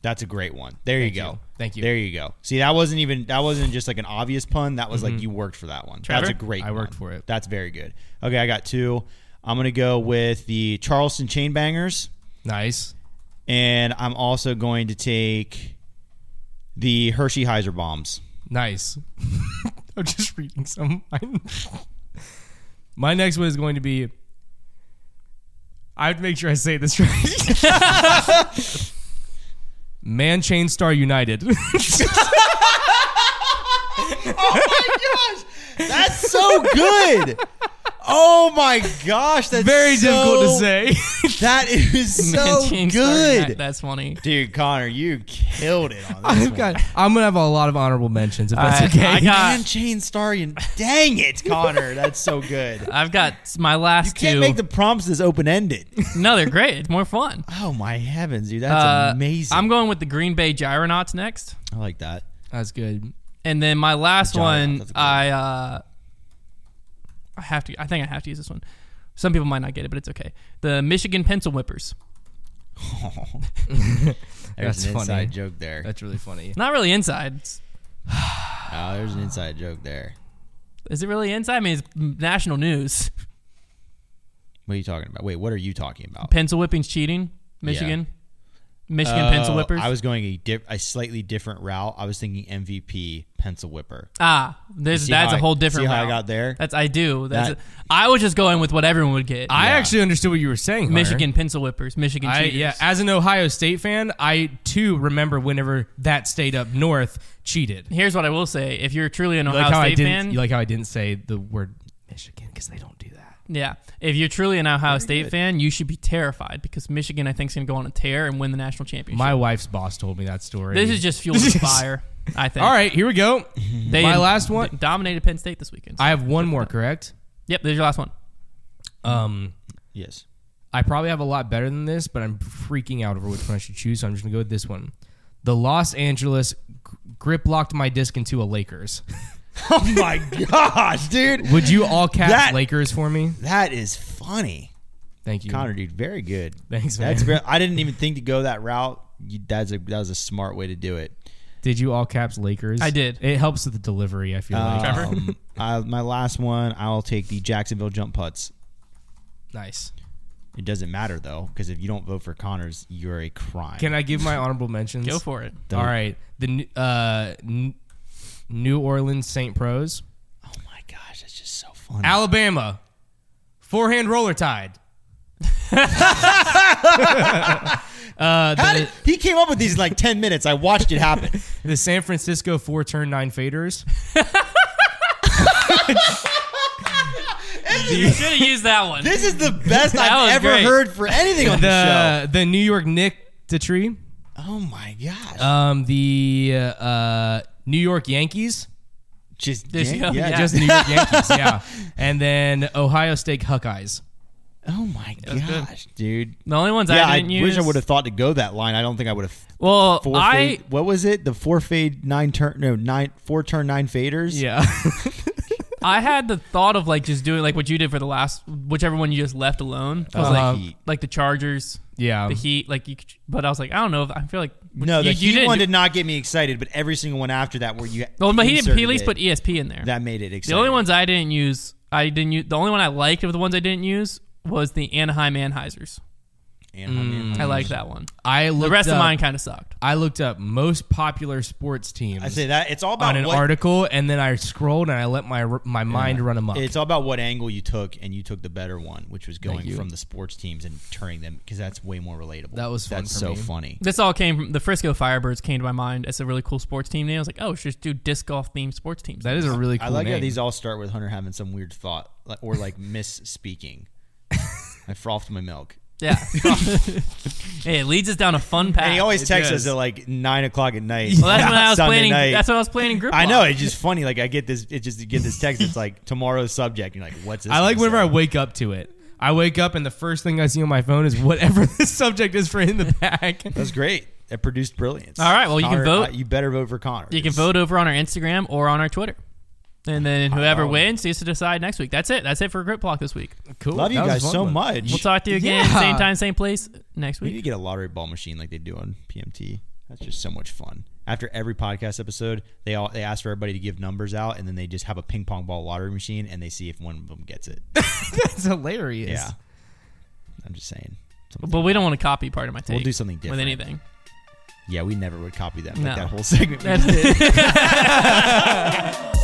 Speaker 3: That's a great one. There you go.
Speaker 2: you. Thank you.
Speaker 3: There you go. See, that wasn't even that wasn't just like an obvious pun. That was like you worked for that one.
Speaker 1: Trevor?
Speaker 3: That's a great.
Speaker 2: Mm-hmm. I worked
Speaker 3: pun.
Speaker 2: for it.
Speaker 3: That's very good. Okay, I got two. I'm gonna go with the Charleston Chainbangers,
Speaker 2: Nice.
Speaker 3: and I'm also going to take the Hershey Heiser bombs.
Speaker 2: Nice. I'm just reading some. of mine. My next one is going to be. I have to make sure I say this right. Man Chain Star United.
Speaker 3: That's so good. Oh my gosh, that's
Speaker 2: Very
Speaker 3: so-
Speaker 2: difficult to say.
Speaker 3: That is so
Speaker 1: James Harden, that-
Speaker 3: good,
Speaker 1: that's funny.
Speaker 3: dude. Connor, you killed it on this
Speaker 2: I've
Speaker 3: one.
Speaker 2: got. I'm gonna have a lot of honorable mentions if that's
Speaker 1: I-
Speaker 2: okay.
Speaker 1: I got-
Speaker 3: Man, Chain Star, and dang it, Connor, that's so good.
Speaker 1: I've got my last
Speaker 3: You can't
Speaker 1: two.
Speaker 3: make the prompts this open ended.
Speaker 1: no, they're great. It's more fun.
Speaker 3: oh my heavens, dude, that's
Speaker 1: Uh,
Speaker 3: amazing.
Speaker 1: I'm going with the Green Bay Gyronauts next.
Speaker 3: I like that.
Speaker 2: that's good.
Speaker 1: And then my last
Speaker 3: Giant,
Speaker 1: one,
Speaker 3: that's a good
Speaker 1: I uh, I have to. I think I have to use this one. Some people might not get it, but it's okay. The Michigan Pencil Whippers.
Speaker 3: there's
Speaker 2: That's
Speaker 3: an
Speaker 2: funny.
Speaker 3: inside joke there.
Speaker 2: That's really funny.
Speaker 1: Not really inside. It's-
Speaker 3: oh, there's an inside joke there.
Speaker 1: is it really inside? I mean, it's national news.
Speaker 3: What are you talking about? Wait, what are you talking about?
Speaker 1: Pencil whipping's cheating. Michigan. Michigan
Speaker 3: Oh,
Speaker 1: Pencil Whippers.
Speaker 3: I was going a, dip, a slightly different route. I was thinking MVP pencil whipper.
Speaker 1: ah, there's
Speaker 3: See
Speaker 1: that's
Speaker 3: how
Speaker 1: a
Speaker 3: I-
Speaker 1: whole different.
Speaker 3: See how I
Speaker 1: route.
Speaker 3: got there?
Speaker 1: That's I do. That's
Speaker 3: That-
Speaker 1: I was just going with what everyone would get.
Speaker 2: I
Speaker 3: Yeah.
Speaker 2: actually understood what you were saying. Hunter.
Speaker 1: Michigan Pencil Whippers. Michigan
Speaker 2: I,
Speaker 1: cheaters.
Speaker 2: yeah, as an Ohio State fan, I too remember whenever that state up north cheated.
Speaker 1: Here's what I will say: If you're truly an
Speaker 2: You like
Speaker 1: Ohio
Speaker 2: how I
Speaker 1: State
Speaker 2: didn't.
Speaker 1: fan,
Speaker 2: You like how I didn't say the word Michigan because they don't do that.
Speaker 1: Yeah. If you're truly an Ohio State fan, you should be terrified because Michigan, I think, is going to go on a tear and win the national championship.
Speaker 2: My wife's boss told me that story.
Speaker 1: this is just fuel to the fire, I think.
Speaker 2: all right. Here we go.
Speaker 1: They
Speaker 2: my last one-
Speaker 1: they dominated Penn State this weekend.
Speaker 2: I have one more, correct?
Speaker 1: yep, there's your last one.
Speaker 2: Um,
Speaker 3: yes.
Speaker 2: I probably have a lot better than this, but I'm freaking out over which one I should choose. So I'm just gonna go with this one. The Los Angeles gr- grip locked my disc into a Lakers.
Speaker 3: Oh my gosh, dude.
Speaker 2: Would you all caps
Speaker 3: That-
Speaker 2: Lakers for me?
Speaker 3: That is funny.
Speaker 2: Thank you,
Speaker 3: Connor, dude, very good.
Speaker 2: Thanks, man.
Speaker 3: That's very, I didn't even think to go that route. You, that's a, that was a smart way to do it.
Speaker 2: Did you all caps Lakers?
Speaker 1: I did.
Speaker 2: It helps with the delivery. I feel like
Speaker 1: Trevor?
Speaker 3: Um, I, my last one, I'll take the Jacksonville jump putts.
Speaker 2: nice.
Speaker 3: It doesn't matter though, because if you don't vote for Connors, you're a crime.
Speaker 2: Can I give my honorable mentions?
Speaker 1: Go for it.
Speaker 2: All right, the N- uh, N- New Orleans Saint Pros,
Speaker 3: oh my gosh, that's just so funny.
Speaker 2: Alabama, forehand roller tide. uh,
Speaker 3: How
Speaker 2: the,
Speaker 3: did- he came up with these in like ten minutes. I watched it happen.
Speaker 2: the San Francisco four turn nine faders.
Speaker 1: You should have used that one.
Speaker 3: This is the best
Speaker 1: That
Speaker 3: I've
Speaker 1: was
Speaker 3: ever
Speaker 1: great.
Speaker 3: heard for anything on the
Speaker 2: The the New York Nick Detree.
Speaker 3: show. Oh my gosh,
Speaker 1: Uh,
Speaker 2: Um, the uh, New York Yankees.
Speaker 3: just
Speaker 1: this
Speaker 3: yeah,
Speaker 1: show,
Speaker 3: yeah,
Speaker 1: yeah.
Speaker 2: Just
Speaker 3: just
Speaker 2: the New York Yankees, yeah. And then Ohio State Buckeyes.
Speaker 3: oh my gosh, dude.
Speaker 1: the only ones
Speaker 3: Yeah,
Speaker 1: I
Speaker 3: I
Speaker 1: didn't use.
Speaker 3: wish I would have thought to go that line. I don't think I would have.
Speaker 1: Well,
Speaker 3: Four
Speaker 1: I
Speaker 3: fade, what was it? The four fade nine turn no nine four turn nine faders.
Speaker 2: Yeah.
Speaker 1: I had the thought of like just doing like what you did for the last whichever one you just left alone. I was
Speaker 2: Uh,
Speaker 1: like,
Speaker 3: Uh-huh. Heat. Um.
Speaker 1: like the Chargers,
Speaker 2: yeah.
Speaker 1: the Heat, like you. Could, but I was like, I don't know. If, I feel like
Speaker 3: No, the
Speaker 1: you, you
Speaker 3: Heat
Speaker 1: didn't
Speaker 3: one
Speaker 1: do-
Speaker 3: did not get me excited, but every single one after that, where you
Speaker 1: Well, but he didn't. He
Speaker 3: inserted
Speaker 1: at least
Speaker 3: it,
Speaker 1: put ESP in there.
Speaker 3: that made it exciting.
Speaker 1: The only ones I didn't use, I didn't use. The only one I liked of the ones I didn't use was the Anaheim Anheuser's.
Speaker 3: Anaheim. Anaheim.
Speaker 1: Mm, I like that one.
Speaker 2: I looked
Speaker 1: The rest
Speaker 2: up,
Speaker 1: of mine kind of sucked.
Speaker 2: I looked up most popular sports teams
Speaker 3: I say that it's all about
Speaker 2: on an
Speaker 3: what,
Speaker 2: article, and then I scrolled and I let my my mind run amok.
Speaker 3: It's all about what angle you took, and you took the better one, which was going
Speaker 2: you.
Speaker 3: from the sports teams and turning them because that's way more relatable.
Speaker 2: That was fun
Speaker 3: that's
Speaker 2: for
Speaker 3: so
Speaker 2: me.
Speaker 3: funny.
Speaker 1: This all came from the Frisco Firebirds came to my mind as a really cool sports team name. I was like, oh, should just do disc golf themed sports teams.
Speaker 2: that is a really cool.
Speaker 3: I like how
Speaker 2: name.
Speaker 3: these all start with Hunter having some weird thought like- or like misspeaking. I frothed my milk.
Speaker 1: yeah. hey, it leads us down a fun path.
Speaker 3: And he always
Speaker 2: It
Speaker 3: texts
Speaker 2: does.
Speaker 3: us at like nine o'clock at night.
Speaker 1: Ah, well, that's when I was
Speaker 3: Sunday
Speaker 1: planning.
Speaker 3: night.
Speaker 1: That's when I was planning group.
Speaker 3: I
Speaker 1: law.
Speaker 3: know it's just funny. Like I get this, it just you get this text. It's like tomorrow's subject. You're like, what's this?
Speaker 2: I like
Speaker 3: gonna
Speaker 2: whenever I
Speaker 3: say?
Speaker 2: wake up to it. I wake up and the first thing I see on my phone is whatever the subject is for in the back.
Speaker 3: That's great. It produced brilliance.
Speaker 1: All right, well, you can
Speaker 3: Connor, uh,
Speaker 1: vote.
Speaker 3: you better vote for Connor.
Speaker 1: You can
Speaker 3: It's-
Speaker 1: vote over on our Instagram or on our Twitter. And then whoever wins gets to decide next week. That's it. That's it for Grip Block this week.
Speaker 2: Cool.
Speaker 3: Love you
Speaker 2: That was a
Speaker 3: guys
Speaker 2: fun
Speaker 3: so
Speaker 2: one.
Speaker 3: much.
Speaker 1: We'll talk to you again,
Speaker 2: Yeah.
Speaker 1: same time, same place next
Speaker 3: We need to
Speaker 1: week.
Speaker 3: get a lottery ball machine like they do on PMT. That's just so much fun. After every podcast episode, they all they ask for everybody to give numbers out, and then they just have a ping pong ball lottery machine, and they see if one of them gets it.
Speaker 2: That's hilarious.
Speaker 3: yeah, I'm just saying. Something-
Speaker 1: But we don't want to copy part of my take.
Speaker 3: We'll do something different.
Speaker 1: with anything.
Speaker 3: Yeah, we never would copy that. Like
Speaker 1: No.
Speaker 3: that whole segment. we
Speaker 1: That's it.